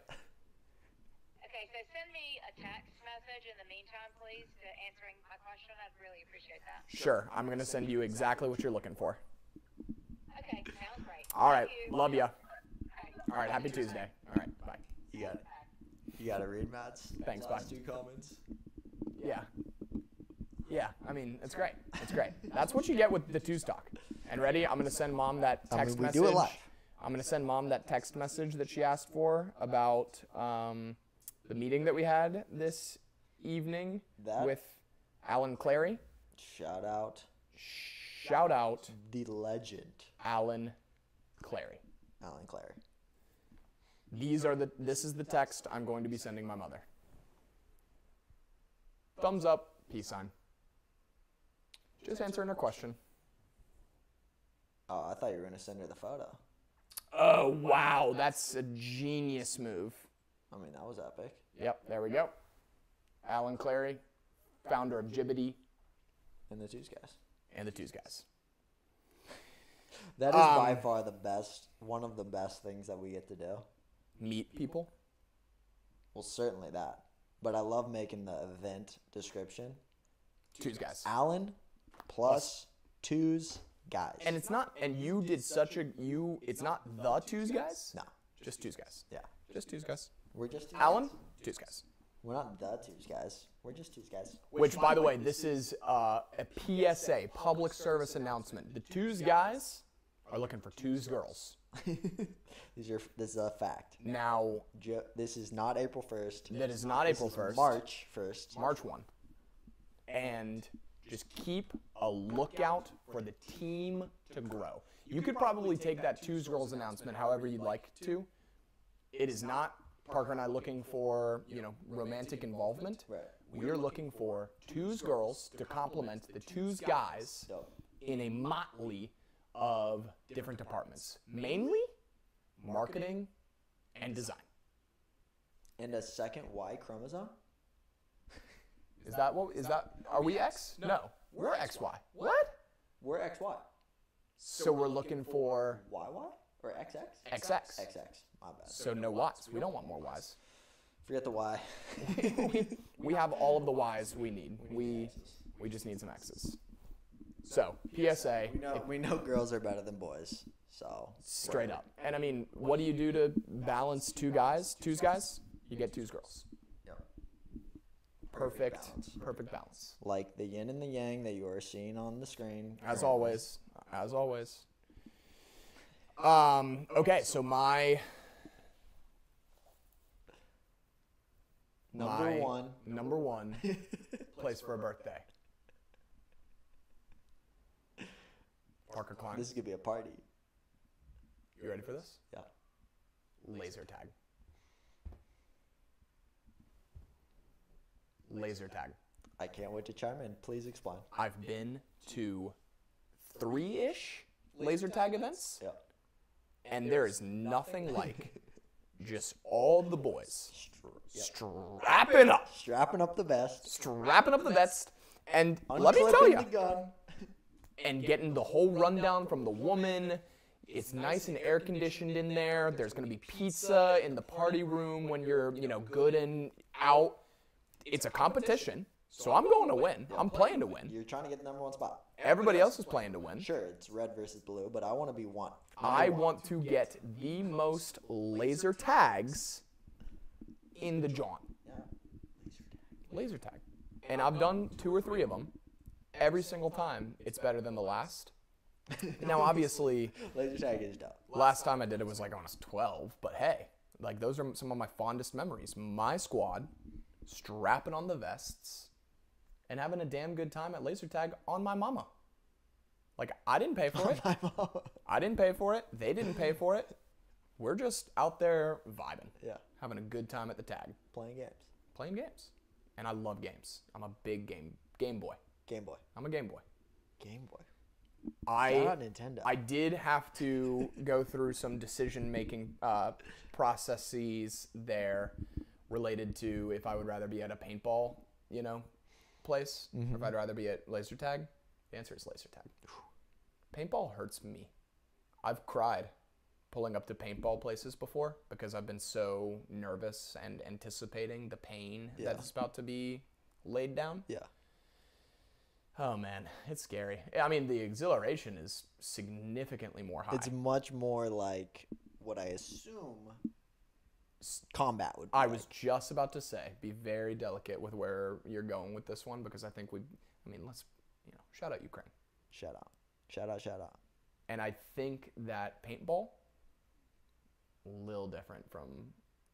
Okay, so send me a text message in the meantime, please, to answering my question. I'd really appreciate that. Sure. I'm gonna send you exactly what you're looking for. Okay, sounds great. All right. Thank you. Love ya. Okay. All right. Happy Tuesday. All right. Bye. You got it. You got to read Matt's Thanks, last bye. two comments. Yeah. Yeah, I mean, it's great. It's great. That's what you get with the Tuesday talk. And ready, I'm gonna send mom that mean, text we message. do it live. I'm gonna send mom that text message that she asked for about um, the meeting that we had this evening That- with Alan Clary. Shout out Shout out the legend, Alan Clary. Alan Clary. These are the. This is the text I'm going to be sending my mother. Thumbs up, peace sign. Just answering her question. Oh, I thought you were gonna send her the photo. Oh wow, that's a genius move. I mean, that was epic. Yep, there we go. Alan Clary, founder of Jibbity And the Tuesdays guys. and the Twos Guys. That is by Um, far the best, one of the best things that we get to do. Meet people. Well, certainly that. But I love making the event description. Twos Guys. Alan plus twos guys. And it's not. And you did such a. You. It's not the Twos Guys. no, Just Twos Guys. yeah, Just Twos Guys. we're just twos Alan, guys. Twos Guys. We're not the twos guys. We're just twos guys. Which, by the way, this is uh, a PSA, public service announcement. The Twos Guys are looking for Twos Girls. These are this is a fact. Now, Jo- this is not April first. that is not April 1st. March first. March 1. And just keep a lookout for the team to grow. You could probably take that Twos Girls announcement however you'd like to. It is not Parker and I looking for, you know, romantic involvement. Right. We are looking for Twos Girls to complement the Twos Guys Dope. in a motley of different departments, mainly marketing and design. And a second Y chromosome. Is that what is that? Are we X? No, we're XY. What? We're XY. So we're looking for YY or XX? XX. XX. My bad. So no Ys. We don't want more Ys. Forget the Y. We have all of the Ys we need. We we just need some X's. So PSA, No, we know girls are better than boys. So straight up. And I mean, what do you do to balance two guys? Two's guys? You get two's girls. Yep. Perfect. Perfect balance. like the yin and the yang that you are seeing on the screen. As always. As always. Um, okay, so my Number my one. number one place for a birthday. Parker Klein. This is gonna be a party. You ready for this? Yeah. Laser tag. Laser tag. I can't wait to chime in. Please explain. I've been to three ish laser tag events, Yeah. and there is nothing like just all the boys strapping up, Strapping up the vest. strapping up the vest, and let me tell unclipping you, The gun. and getting the whole rundown from the woman. It's nice and air conditioned in there. There's gonna be pizza in the party room when you're, you know, good and out. It's a competition, so I'm going to win. I'm playing to win. You're trying to get the number one spot. Everybody else is playing to win. Sure, it's red versus blue, but I want to be one. I want to get the most laser tags in the John. Laser tag. And I've done two or three of them. Every single time, it's better than the last. Now, obviously, Laser tag is dope. Last time I did it was like when I was 12, but hey, like those are some of my fondest memories. My squad strapping on the vests and having a damn good time at laser tag on my mama. Like I didn't pay for it. I didn't pay for it. They didn't pay for it. We're just out there vibing. Yeah. Having a good time at the tag, Playing games. playing games. And I love games. I'm a big game game boy. Game Boy. I'm a game boy. Game Boy. I Shout out Nintendo. I did have to go through some decision making uh, processes there related to if I would rather be at a paintball, you know, place or Mm-hmm. if I'd rather be at laser tag. The answer is laser tag. Paintball hurts me. I've cried pulling up to paintball places before because I've been so nervous and anticipating the pain that's about to be laid down. Yeah. Oh man, it's scary. I mean, the exhilaration is significantly more high. It's much more like what I assume s- combat would be. I like. was just about to say, be very delicate with where you're going with this one because I think we, I I mean, let's you know, shout out Ukraine. Shout out. Shout out, shout out. And I think that paintball, a little different from.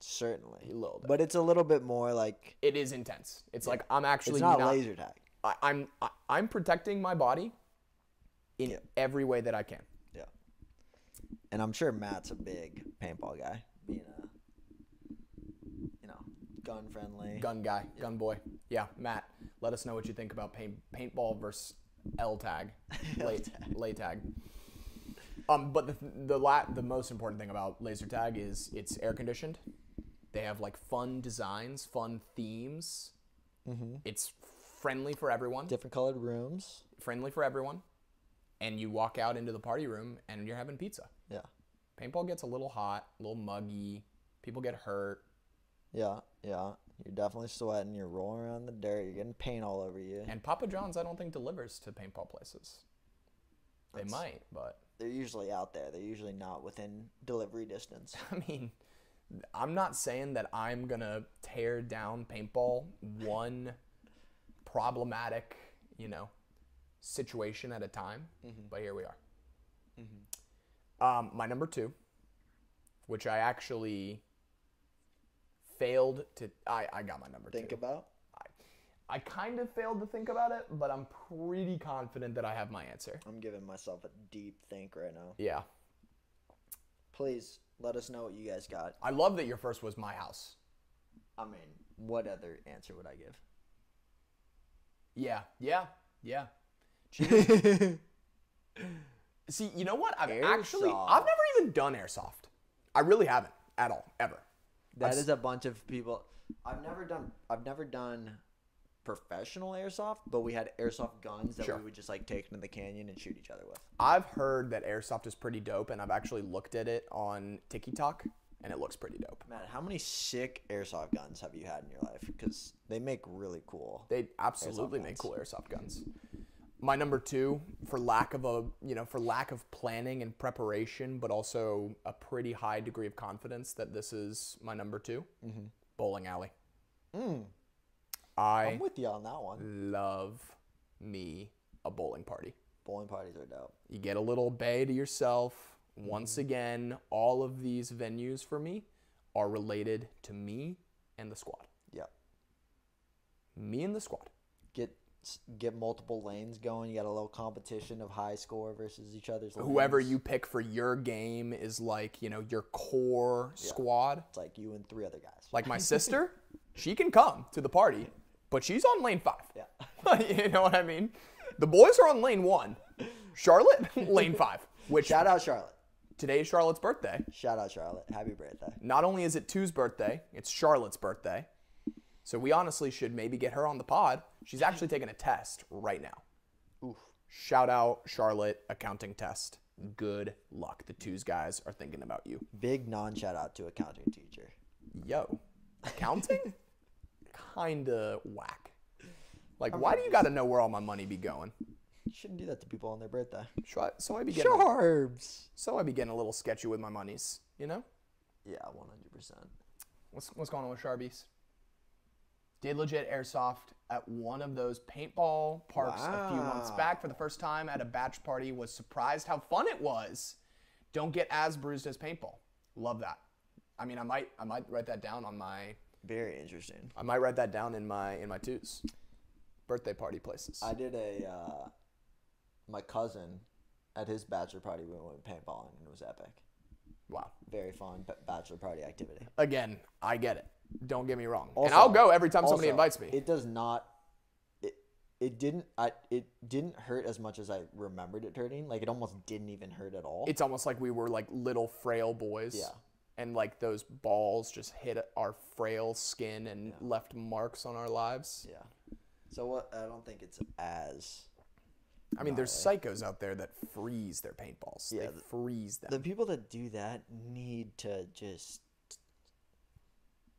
Certainly. A little bit. But it's a little bit more like It is intense. It's like I'm actually it's not, not laser tag. I, I'm I, I'm protecting my body in Yeah. every way that I can. Yeah. And I'm sure Matt's a big paintball guy, being a you know, gun friendly. Gun guy, gun boy. Yeah, Matt. Let us know what you think about paint, paintball versus L tag, late lay tag. Um, but the the la- the most important thing about laser tag is it's air conditioned. They have like fun designs, fun themes. It's friendly for everyone. Different colored rooms. friendly for everyone. And you walk out into the party room and you're having pizza. Yeah. Paintball gets a little hot, a little muggy. People get hurt. Yeah. Yeah. You're definitely sweating, you're rolling around in the dirt, you're getting paint all over you. And Papa John's, I don't think delivers to paintball places. They might, but They're usually out there. They're usually not within delivery distance. I mean, I'm not saying that I'm gonna tear down paintball one problematic, you know, situation at a time. But here we are. Um, my number two, which I actually failed to, I, I got my number Think two. about. I kind of failed to think about it, but I'm pretty confident that I have my answer. I'm giving myself a deep think right now. Yeah. Please let us know what you guys got. I love that your first was my house. I mean, what other answer would I give? Yeah, yeah, yeah. Cheaters. See, you know what? I've actually Airsoft. I've never even done airsoft. I really haven't at all ever. That is a bunch of people. I've never done. I've never done professional airsoft, but we had airsoft guns that Sure. we would just like take into the canyon and shoot each other with. I've heard that airsoft is pretty dope, and I've actually looked at it on TikTok, and it looks pretty dope. Matt, how many sick airsoft guns have you had in your life? Because they make really cool. They absolutely make guns. cool airsoft guns. My number two, for lack of a you know, for lack of planning and preparation, but also a pretty high degree of confidence that this is my number 2 Mm-hmm. bowling alley. I Mm. I'm with you on that one. love me a bowling party. Bowling parties are dope. You get a little bay to yourself. Mm-hmm. Once again, all of these venues for me are related to me and the squad. Yep. Me and the squad. Get s- get multiple lanes going. You got a little competition of high score versus each other's. Whoever lanes. you pick for your game is like, you know, your core squad. It's like you and three other guys. Like my sister, she can come to the party, but she's on lane five. Yeah. you know what I mean? The boys are on lane one. Charlotte, lane five. Which Shout out Charlotte. today is Charlotte's birthday. Shout out Charlotte. Happy birthday. not only is it Two's birthday, it's Charlotte's birthday. So we honestly should maybe get her on the pod. She's actually taking a test right now. Oof. Shout out Charlotte accounting test. Good luck. The Two's guys are thinking about you. Big non shout out to accounting teacher. Yo, accounting? Kinda whack. Like, why do you gotta know where all my money be going? You shouldn't do that to people on their birthday. So I, so I be getting, Sharps. so I be getting a little sketchy with my monies. You know, Yeah, one hundred percent. what's what's going on with Sharbies? Did legit airsoft at one of those paintball parks a few months back for the first time at a batch party. Was surprised how fun it was. Don't get as bruised as paintball. Love that. I mean, I might I might write that down on my Very interesting. I might write that down in my in my twos. Birthday party places. I did a uh, my cousin at his bachelor party. We went paintballing and it was epic. wow. Very fun b- bachelor party activity. Again, I get it. Don't get me wrong. and Also- I'll go every time somebody also, invites me. It does not. It it didn't. I it didn't hurt as much as I remembered it hurting. Like it almost didn't even hurt at all. it's almost like we were like little frail boys. Yeah. And like those balls just hit our frail skin and left marks on our lives. yeah. So what? I don't think it's as I mean, there's psychos out there that freeze their paintballs. Yeah, Yeah, they the- freeze them. the people that do that need to just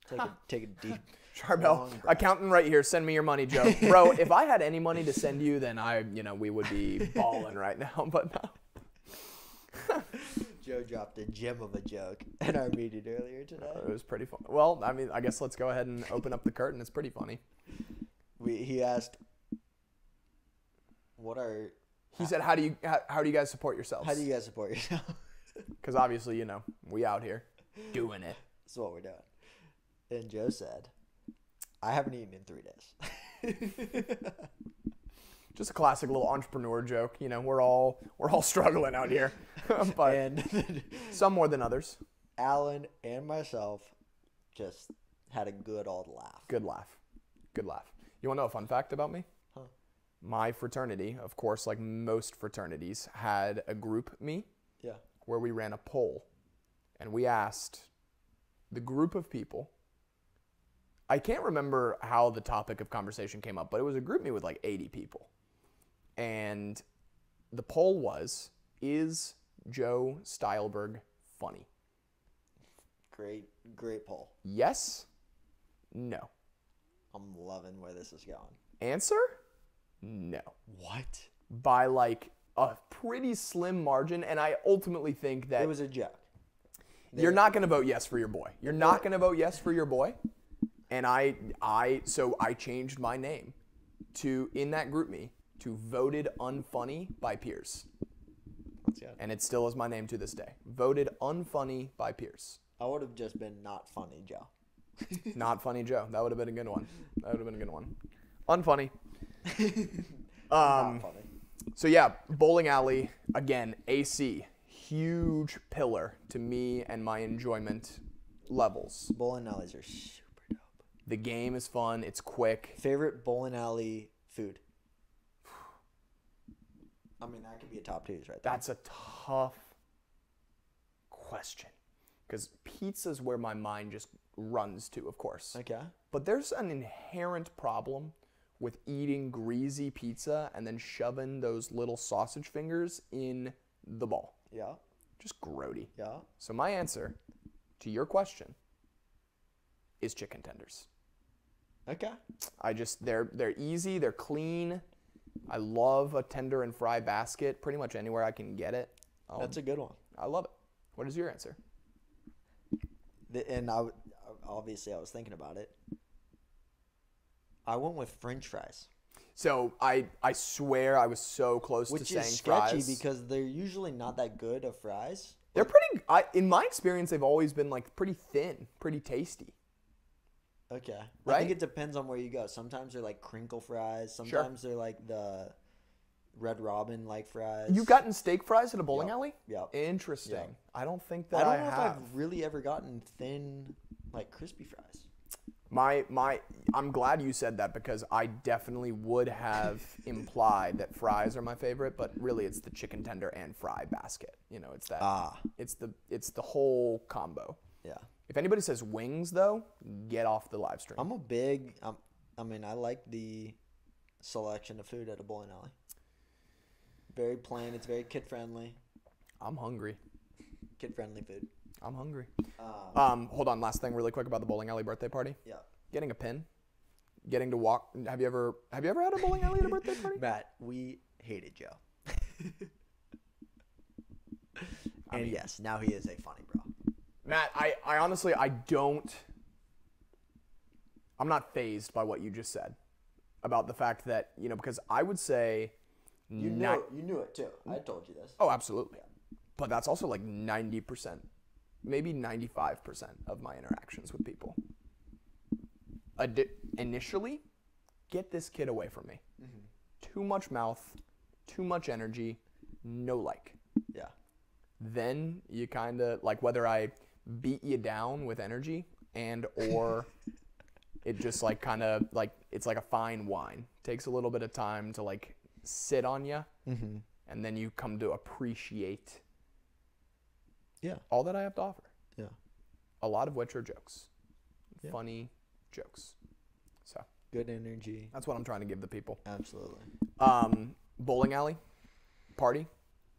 take a, take a deep Charbel, long breath. accountant right here, send me your money, Joe. Bro, if I had any money to send you, then I, you know, we would be balling right now. But no. Joe dropped a gem of a joke in our meeting earlier It today. was pretty fun. Well, I mean, I guess let's go ahead and open up the curtain. It's pretty funny. We, he asked, what are He said, "How do you how, how do you guys support yourselves?" how do you guys support yourself? Because obviously, you know, we out here doing it. That's what we're doing. And Joe said, I haven't eaten in three days. Just a classic little entrepreneur joke. You know, we're all we're all struggling out here, but and some more than others. Alan and myself just had a good old laugh. Good laugh. Good laugh. You want to know a fun fact about me? My fraternity, of course, like most fraternities, had a group me Yeah. where we ran a poll and we asked the group of people. I can't remember how the topic of conversation came up, but it was a group me with like 80 people. And the poll was Is Joe Steilberg funny? Great, great poll. Yes? No. I'm loving where this is going. Answer? No. What? by like a pretty slim margin. And I ultimately think that It was a joke. you're not going to vote yes for your boy. You're not going to vote yes for your boy. And I, I, so I changed my name to in that group me to voted unfunny by peers, Let's go. and it still is my name to this day. Voted unfunny by peers. I would have just been not funny, Joe. Not funny Joe. That would have been a good one. That would have been a good one. Unfunny. not funny. So yeah, bowling alley again. AC huge pillar to me and my enjoyment levels. Bowling alleys are super dope. The game is fun. It's quick. Favorite bowling alley food? I mean, that could be a top twos right there. That's a tough question because pizza's where my mind just runs to, of course. okay. But there's an inherent problem with eating greasy pizza and then shoving those little sausage fingers in the ball. Yeah. Just grody. Yeah. So my answer to your question is chicken tenders. Okay. I just they're they're easy, they're clean. I love a tender and fry basket pretty much anywhere I can get it. I'll- That's a good one. I love it. What is your answer? The, and I, w- obviously, I was thinking about it. I went with French fries, So I I swear I was so close which to saying is sketchy fries. because they're usually not that good of fries. they're pretty I, in my experience they've always been like pretty thin, pretty tasty. Okay. I Right? think it depends on where you go. Sometimes they're like crinkle fries. Sometimes they're like the Red Robin like fries. You've gotten steak fries at a bowling alley? Yup. Interesting. Yup. I don't think that I I, don't know have. if I've really ever gotten thin like crispy fries. My my I'm glad you said that because I definitely would have implied that fries are my favorite, but really it's the chicken tender and fry basket. You know, it's that Ah. it's the it's the whole combo. Yeah. If anybody says wings though, get off the live stream. I'm a big. Um, I mean, I like the selection of food at a bowling alley. Very plain. It's very kid friendly. I'm hungry. Kid friendly food. I'm hungry. Um, hold on, last thing really quick about the bowling alley birthday party. Yeah. Getting a pin. Getting to walk have you ever have you ever had a bowling alley at a birthday party? Matt, we hated Joe. and yes, now he is a funny bro. Matt, I, I honestly I don't I'm not phased by what you just said about the fact that, you know, because I would say You knew, Not- it- you knew it too. I told you this. Oh, absolutely. But that's also like 90%, maybe 95% of my interactions with people. Adi- initially, get this kid away from me. Too much mouth, too much energy, no like. Yeah. Then you kind of like whether I beat you down with energy and or it just like kind of like it's like a fine wine. Takes a little bit of time to like sit on you and then you come to appreciate Yeah. all that I have to offer. Yeah. A lot of which are jokes, funny jokes. So Good energy. that's what I'm trying to give the people. Absolutely. Um, bowling alley party,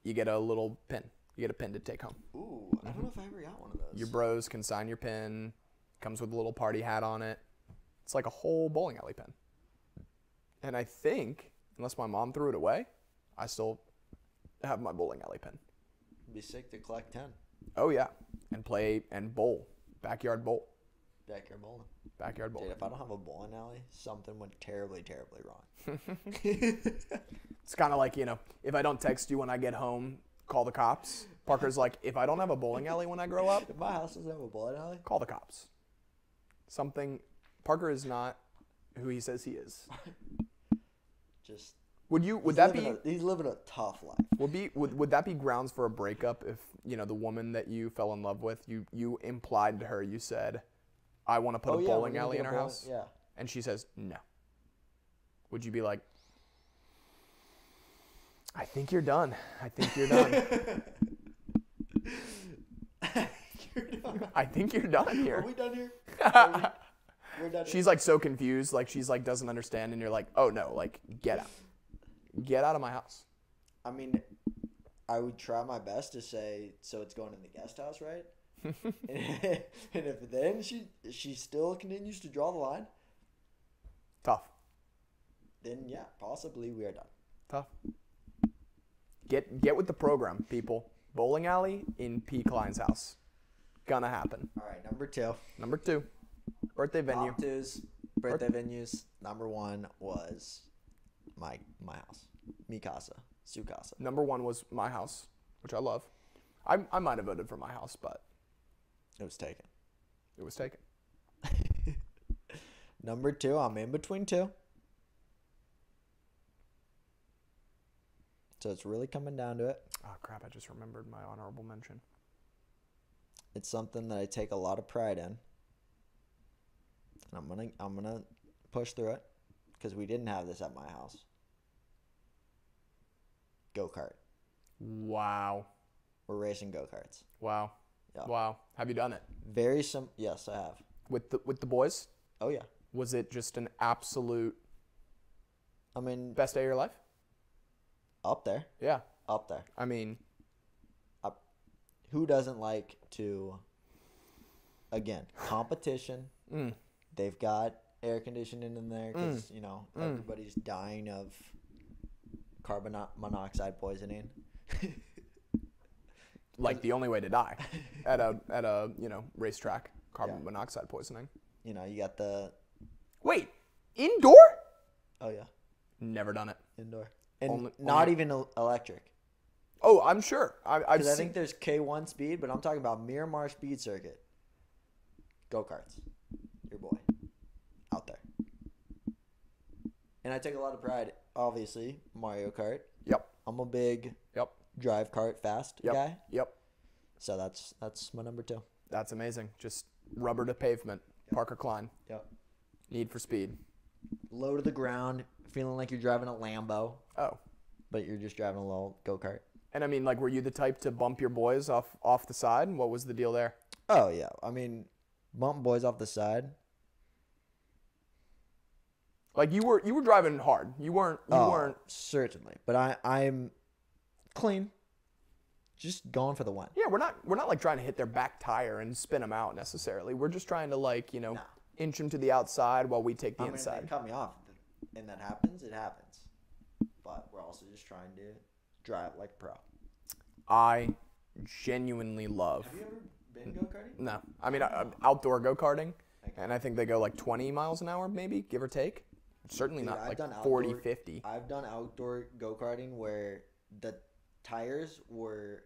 you get a little pin. You get a pin to take home. Ooh, I Mm-hmm. don't know if I ever got one of those. Your bros can sign your pin. Comes with a little party hat on it. It's like a whole bowling alley pin. And I think, unless my mom threw it away, I still have my bowling alley pin. It'd be sick to collect ten. Oh yeah, and play and bowl, backyard bowl. Backyard bowling. Backyard Dude, bowling. if I don't have a bowling alley, something went terribly, terribly wrong. It's kind of like, you know, if I don't text you when I get home, call the cops. Parker's like, if I don't have a bowling alley when I grow up, If my house doesn't have a bowling alley, call the cops. Something. Parker is not who he says he is. just Would you? Would he's that living be? A, he's living a tough life. Would be? Would, would that be grounds for a breakup if you know the woman that you fell in love with? You you implied to her. You said, I want to put Oh, a yeah, we're bowling gonna alley get in a our bowling- house. yeah. And she says no. Would you be like? I think you're done. I think you're done. I think you're done here. Are we done here? Are we, are done. here? She's like so confused, like she's like doesn't understand, and you're like, oh no, like get out, get out of my house. I mean, I would try my best to say so it's going in the guest house, right? and if then she she still continues to draw the line, Tough, then yeah, possibly we are done. tough. Get get with the program, people. Bowling alley in P Klein's house, gonna happen. All right, number two. Number two, birthday venue. Top twos, birthday venues. Number one was my my house, mi casa, su casa. Number one was my house, which I love. I I might have voted for my house, but It was taken. it was taken. Number two, I'm in between two. So it's really coming down to it. Oh crap! I just remembered my honorable mention. It's something that I take a lot of pride in. And I'm gonna I'm gonna push through it because we didn't have this at my house. Go kart. Wow, We're racing go karts. wow, Yeah. wow. Have you done it Very sim. Yes, I have. with the with the boys? Oh yeah. Was it just an absolute I mean, best day of your life? up there, Yeah. up there. I mean, Up. Who doesn't like to? Again, competition. They've got air conditioning in there because you know everybody's dying of carbon monoxide poisoning. like the only way to die at a at a, you know, racetrack, carbon monoxide poisoning. you know, you got the Wait, indoor? oh yeah Never done it. indoor and Only- not only- even el- electric Oh, I'm sure. I I've because I seen, think there's K one speed, but I'm talking about Miramar speed circuit. Go karts, your boy, out there. And I take a lot of pride, obviously Mario Kart. Yep. I'm a big Yep. drive kart fast Yep. guy, Yep. so that's that's my number two. That's amazing. Just rubber to pavement. Parker Klein. Yep. Need for speed. Low to the ground, feeling like you're driving a Lambo, Oh. but you're just driving a little go kart. And I mean, like were you the type to bump your boys off off the side? What was the deal there? Oh yeah, I mean, bump boys off the side. Like you were you were driving hard. You weren't you Oh, weren't certainly, but I I'm clean. Just going for the one. Yeah, we're not we're not like trying to hit their back tire and spin them out necessarily. We're just trying to like you know inch them to the outside while we take the I mean, if they inside. cut me off, th- and that happens. It happens, but we're also just trying to drive like a pro. I genuinely love. Have you ever been go karting? No, I mean uh, outdoor go karting, and I think they go like 20 miles an hour maybe, give or take. Certainly not like 40, 50. I've done outdoor go karting where the tires were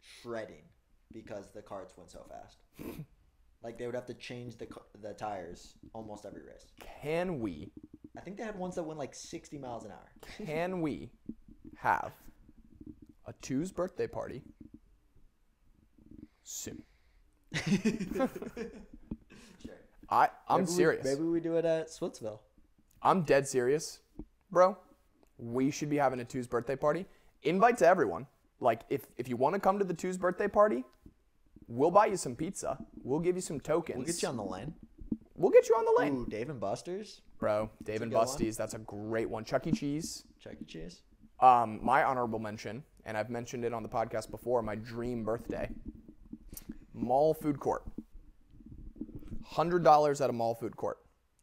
shredding because the carts went so fast. like they would have to change the ca- the tires almost every race. Can we? I think they had ones that went like 60 miles an hour. Can we have a two's birthday party soon? Sure. I I'm Maybe we- serious. maybe we do it at Splitsville. I'm dead serious, bro. We should be having a two's birthday party. Invite to everyone. Like, if, if you want to come to the two's birthday party, we'll buy you some pizza. We'll give you some tokens. We'll get you on the lane. We'll get you on the lane, Ooh, Dave and Buster's, bro. Dave and good one. Busty's. That's a great one. Chuck E. Cheese. Chuck E. Cheese. Um, my honorable mention, and I've mentioned it on the podcast before. My dream birthday. Mall food court. Hundred dollars at a mall food court.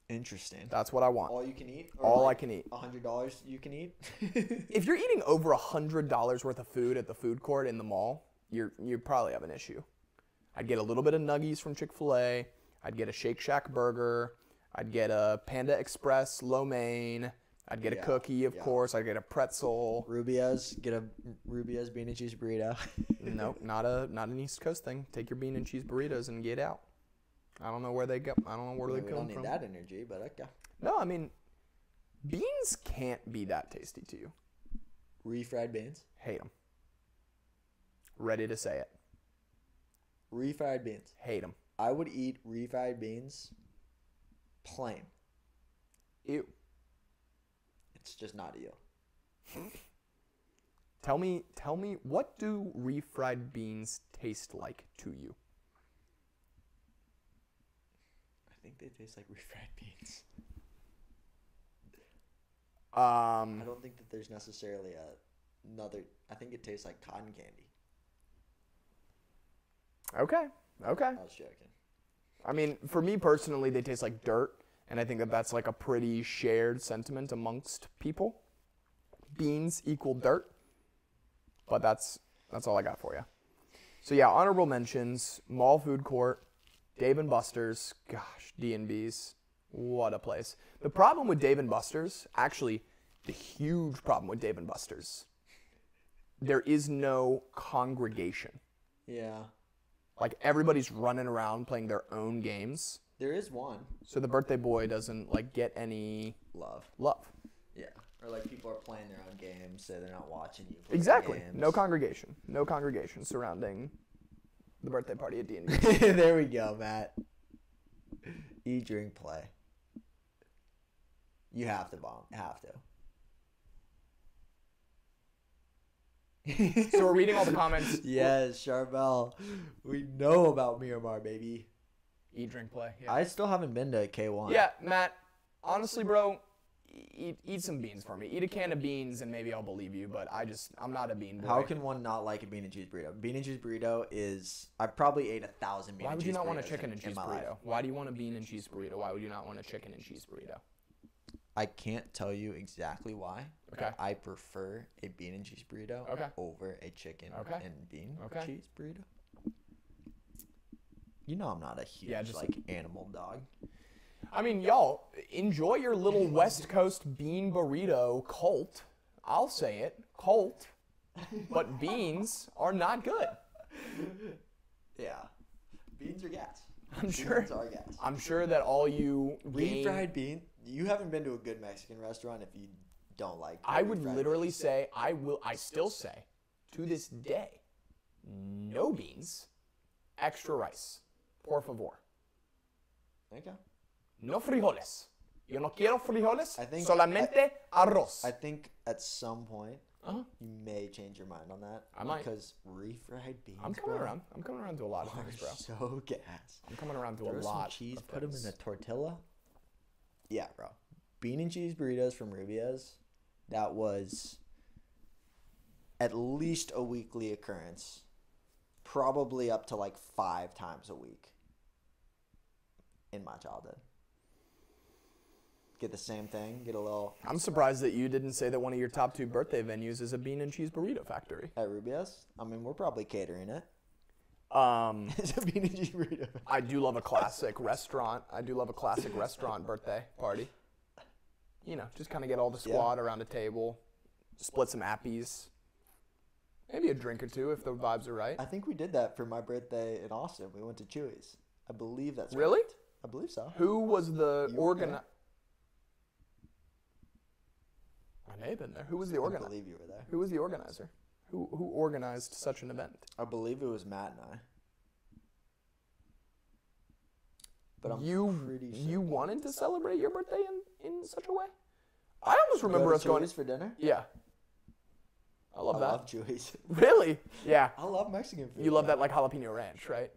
Interesting. That's what I want. All you can eat. Or All I can eat. hundred dollars you can eat. if you're eating over a hundred dollars worth of food at the food court in the mall, you're you probably have an issue. I'd get a little bit of nuggies from Chick Fil A. I'd get a Shake Shack burger. I'd get a Panda Express lo mein. I'd get a Yeah, cookie, of yeah. course. I'd get a pretzel. Rubio's, get a Rubio's bean and cheese burrito. nope, not a not an East Coast thing. Take your bean and cheese burritos and get out. I don't know where they go. I don't know where we they come don't need from. that energy, but okay. No, I mean, beans can't be that tasty to you. Refried beans. Hate them. Ready to say it. Refried beans. Hate them. I would eat refried beans plain. Ew. It's just not you. Tell me, tell me, what do refried beans taste like to you? I think they taste like refried beans. I Um, don't think that there's necessarily a, another. I think it tastes like cotton candy. okay, okay. I was joking. I mean, for me personally, they taste like dirt, and I think that that's like a pretty shared sentiment amongst people. Beans equal dirt, but that's that's all I got for you. So yeah, honorable mentions: Mall Food Court, Dave and Buster's. Gosh, D and B's, what a place. The problem with Dave and Buster's, actually, the huge problem with Dave and Buster's, there is no congregation. Yeah, Like everybody's running around playing their own games. there is one. So the birthday boy doesn't like get any Love. love. Yeah, or like people are playing their own games, so they're not watching you. play Exactly. games. No congregation. No congregation surrounding the birthday party at D and D. there we go, Matt. Eat, drink, play. You have to bomb. Have to. So we're reading all the comments. yes, Charbel. We know about Miramar, baby. Eat, drink, play. Yeah. I still haven't been to K1. yeah, Matt. Honestly, bro, eat eat some beans for me. Eat a can of beans and maybe I'll believe you. But I just I'm not a bean boy. How can one not like a bean and cheese burrito? Bean and cheese burrito is. I probably ate a thousand bean Why and would cheese you not want a burritos chicken in- and in cheese my life. burrito? Why do you want a bean and cheese burrito? Why would you not want a chicken and cheese burrito? I can't tell you exactly why. Okay. I prefer a bean and cheese burrito Okay. over a chicken Okay. and bean Okay. cheese burrito. You know I'm not a huge just- like animal dog. I mean, y'all enjoy your little West Coast bean burrito cult. I'll say it, cult. But beans are not good. Yeah. Beans are gas. I'm sure. Beans are gas. I'm sure that all you game- Refried bean. You haven't been to a good Mexican restaurant if you don't like. I would refried literally say I will. I still say to this day, no beans, extra rice, por favor. bean. Okay. No frijoles. Yo no quiero frijoles. I think- solamente arroz. I think at some point Uh-huh. you may change your mind on that. I might. because refried beans. I'm coming bro, around. I'm coming around to a lot of Are things, bro. so gas. I'm coming around to a Throw some lot. cheese, of put them in a things. tortilla. Yeah, bro. Bean and cheese burritos from Rubio's. That was at least a weekly occurrence. Probably up to like five times a week in my childhood. Get the same thing, get a little I'm surprised that you didn't say that one of your top two birthday venues is a bean and cheese burrito factory. at Rubio's. I mean, we're probably catering it. Um, It's a bean and cheese burrito. I do love a classic restaurant. I do love a classic restaurant birthday party. You know, just kind of get all the squad around a table, split some appies, maybe a drink or two if the vibes are right. I think we did that for my birthday in Austin. We went to Chewy's. I believe that's Really? correct. I believe so. Who was the You were organizer? there. I may have been there. Who was the I organizer? believe you were there. Who was the organizer? Who who organized such an event? I believe it was Matt and I. But I'm you pretty sure. you wanted to celebrate your birthday in, in such a way? I almost remember Go to us going. Chewy's for dinner? Yeah, I love I that. love Chewy's. Really? Yeah. I love Mexican food. You love man. that like jalapeno ranch, right?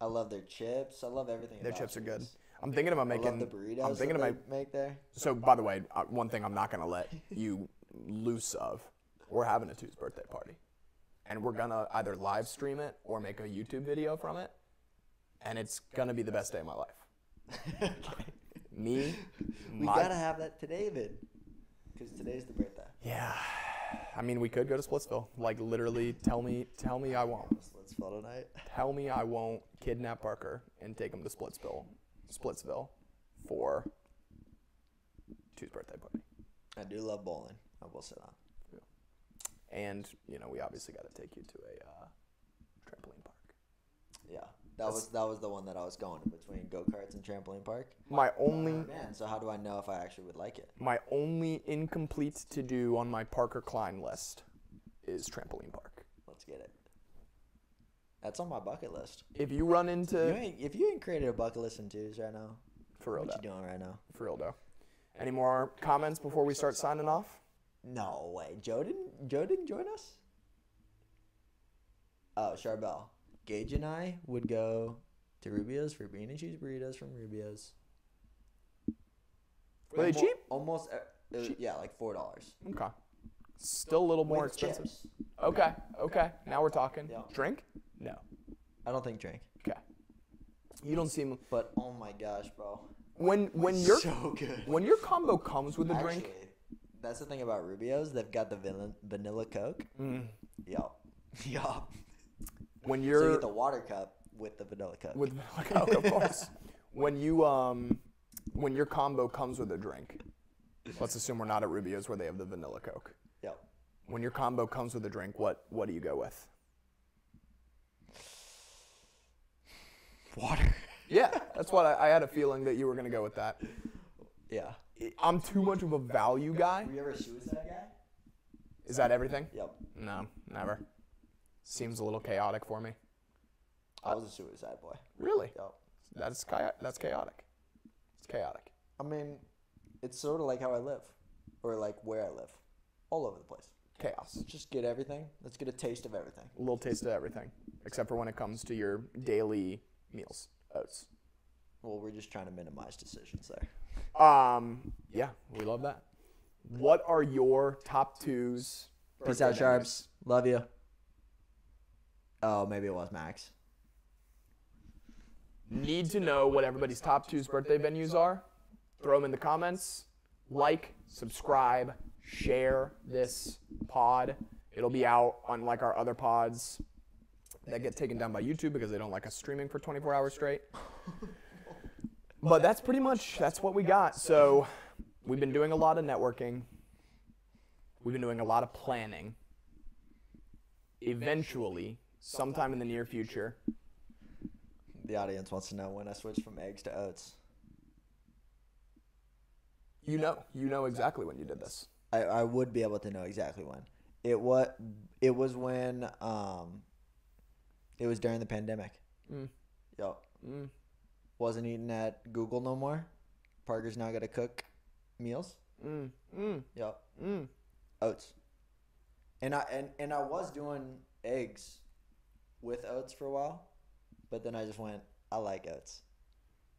I love their chips. I love everything. Their about chips are good. Chewy's. I'm thinking about I making. love the burritos. I'm thinking that about. they make there. So by the way, uh, one thing I'm not gonna let you loose of. We're having a Tuesday birthday party, and we're gonna either live stream it or make a YouTube video from it, and it's gonna be the best day of my life. okay. Me, We my- gotta have that today then, because today's the birthday. Yeah, I I mean, we could go to Splitsville. Like literally, tell me, tell me I won't. Let's fall tonight. Tell me I won't kidnap Parker and take him to Splitsville, Splitsville, for two's birthday party. I do love bowling. I will say that. And you know, we obviously got to take you to a uh, trampoline park. Yeah, that was that was the one that I was going between go karts and trampoline park. My only Oh, Man, so how do I know if I actually would like it? my only incomplete to do on my Parker Klein list is trampoline park. Let's get it. That's on my bucket list. If you run You into ain't, if you ain't created a bucket list in twos right now, Uh, for real, what you though, doing right now? for real though. Any more comments before we start signing off? No way. Joe didn't. Joe didn't join us. Oh, Charbel, Gage, and I would go to Rubio's for bean and cheese burritos from Rubio's. Were they Almo- cheap? Almost. uh, it was- yeah, like four dollars. Okay. Still a little more expensive. Okay. Okay. Now we're talking. Yeah. Drink? No. I don't think drink. Okay. You don't seem But oh my gosh, bro. when when your so good. when your combo comes with a drink. Actually, that's the thing about Rubio's. They've got the vanilla, vanilla Coke. Mm. Yup. Yup. When So you you're get the water cup with the vanilla Coke. with vanilla Coke, of course. when you um when your combo comes with a drink. Let's assume we're not at Rubio's where they have the vanilla Coke. Yup. When your combo comes with a drink, what what do you go with? Water. Yeah, that's what I, I had a feeling that you were gonna go with that. yeah. I'm too much of a value guy. Were you ever a suicide guy? Is that everything? Yup. No, never. Seems a little chaotic for me. I was a suicide boy. Really? Yup. That's chi- that's chaotic. It's chaotic. I mean, it's sort of like how I live, or like where I live, all over the place. Chaos. Let's just get everything. Let's get a taste of everything. A little taste of everything, except for when it comes to your daily meals, oats. Well, we're just trying to minimize decisions there. Um, yeah, we love that. What are your top twos? Peace birthday out, memories? Sharps. Love you. Oh, maybe it was Max. Need to know what everybody's top twos birthday venues are. Throw them in the comments. Like, subscribe, share this pod. It'll be out on like our other pods that get taken down by YouTube because they don't like us streaming for 24 hours straight. But that's pretty much that's what we got. So we've been doing a lot of networking. We've been doing a lot of planning. Eventually, sometime in the near future, The audience wants to know when I switched from eggs to oats. You know, you know exactly when you did this. I, I would be able to know exactly when. It what it was when um it was during the pandemic. Mm. Yo. Wasn't eating at Google no more. Parker's now gotta cook meals. Mm. Mm. Yo. Mm. Oats. And I and, and I was doing eggs with oats for a while, but then I just went, I like oats.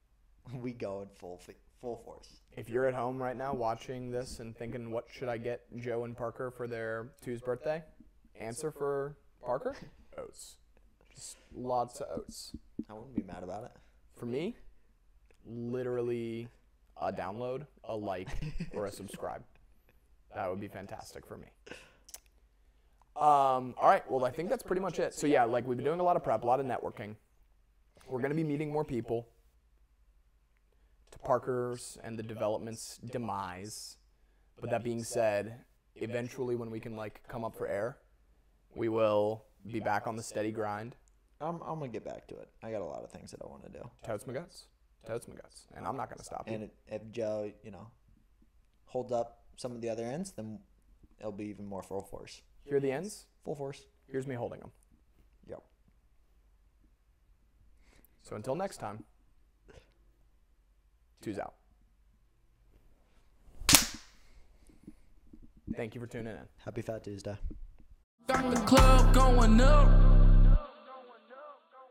we going full fi- full force. If you're at home right now watching this and thinking, what should I get Joe and Parker for their two's birthday? Answer for Parker? Oats. Just lots of oats. I wouldn't be mad about it. For me, literally a download, a like, or a subscribe. That would be fantastic for me. Um, all right. Well, I think that's pretty much it. So, yeah, like we've been doing a lot of prep, a lot of networking. We're going to be meeting more people to Parker's and the development's demise. But that being said, eventually when we can like come up for air, we will be back on the steady grind. I'm, I'm gonna get back to it. I got a lot of things that I want to do. Totes my guts. Totes my guts. And I'm not going to stop you. And it, if Joe, you know, holds up some of the other ends, then it'll be even more full force. Here are the ends. Full force. Here's me holding them. Yep. So until next time, two's out. Thank you for tuning in. Happy Fat Tuesday. Got the club going up.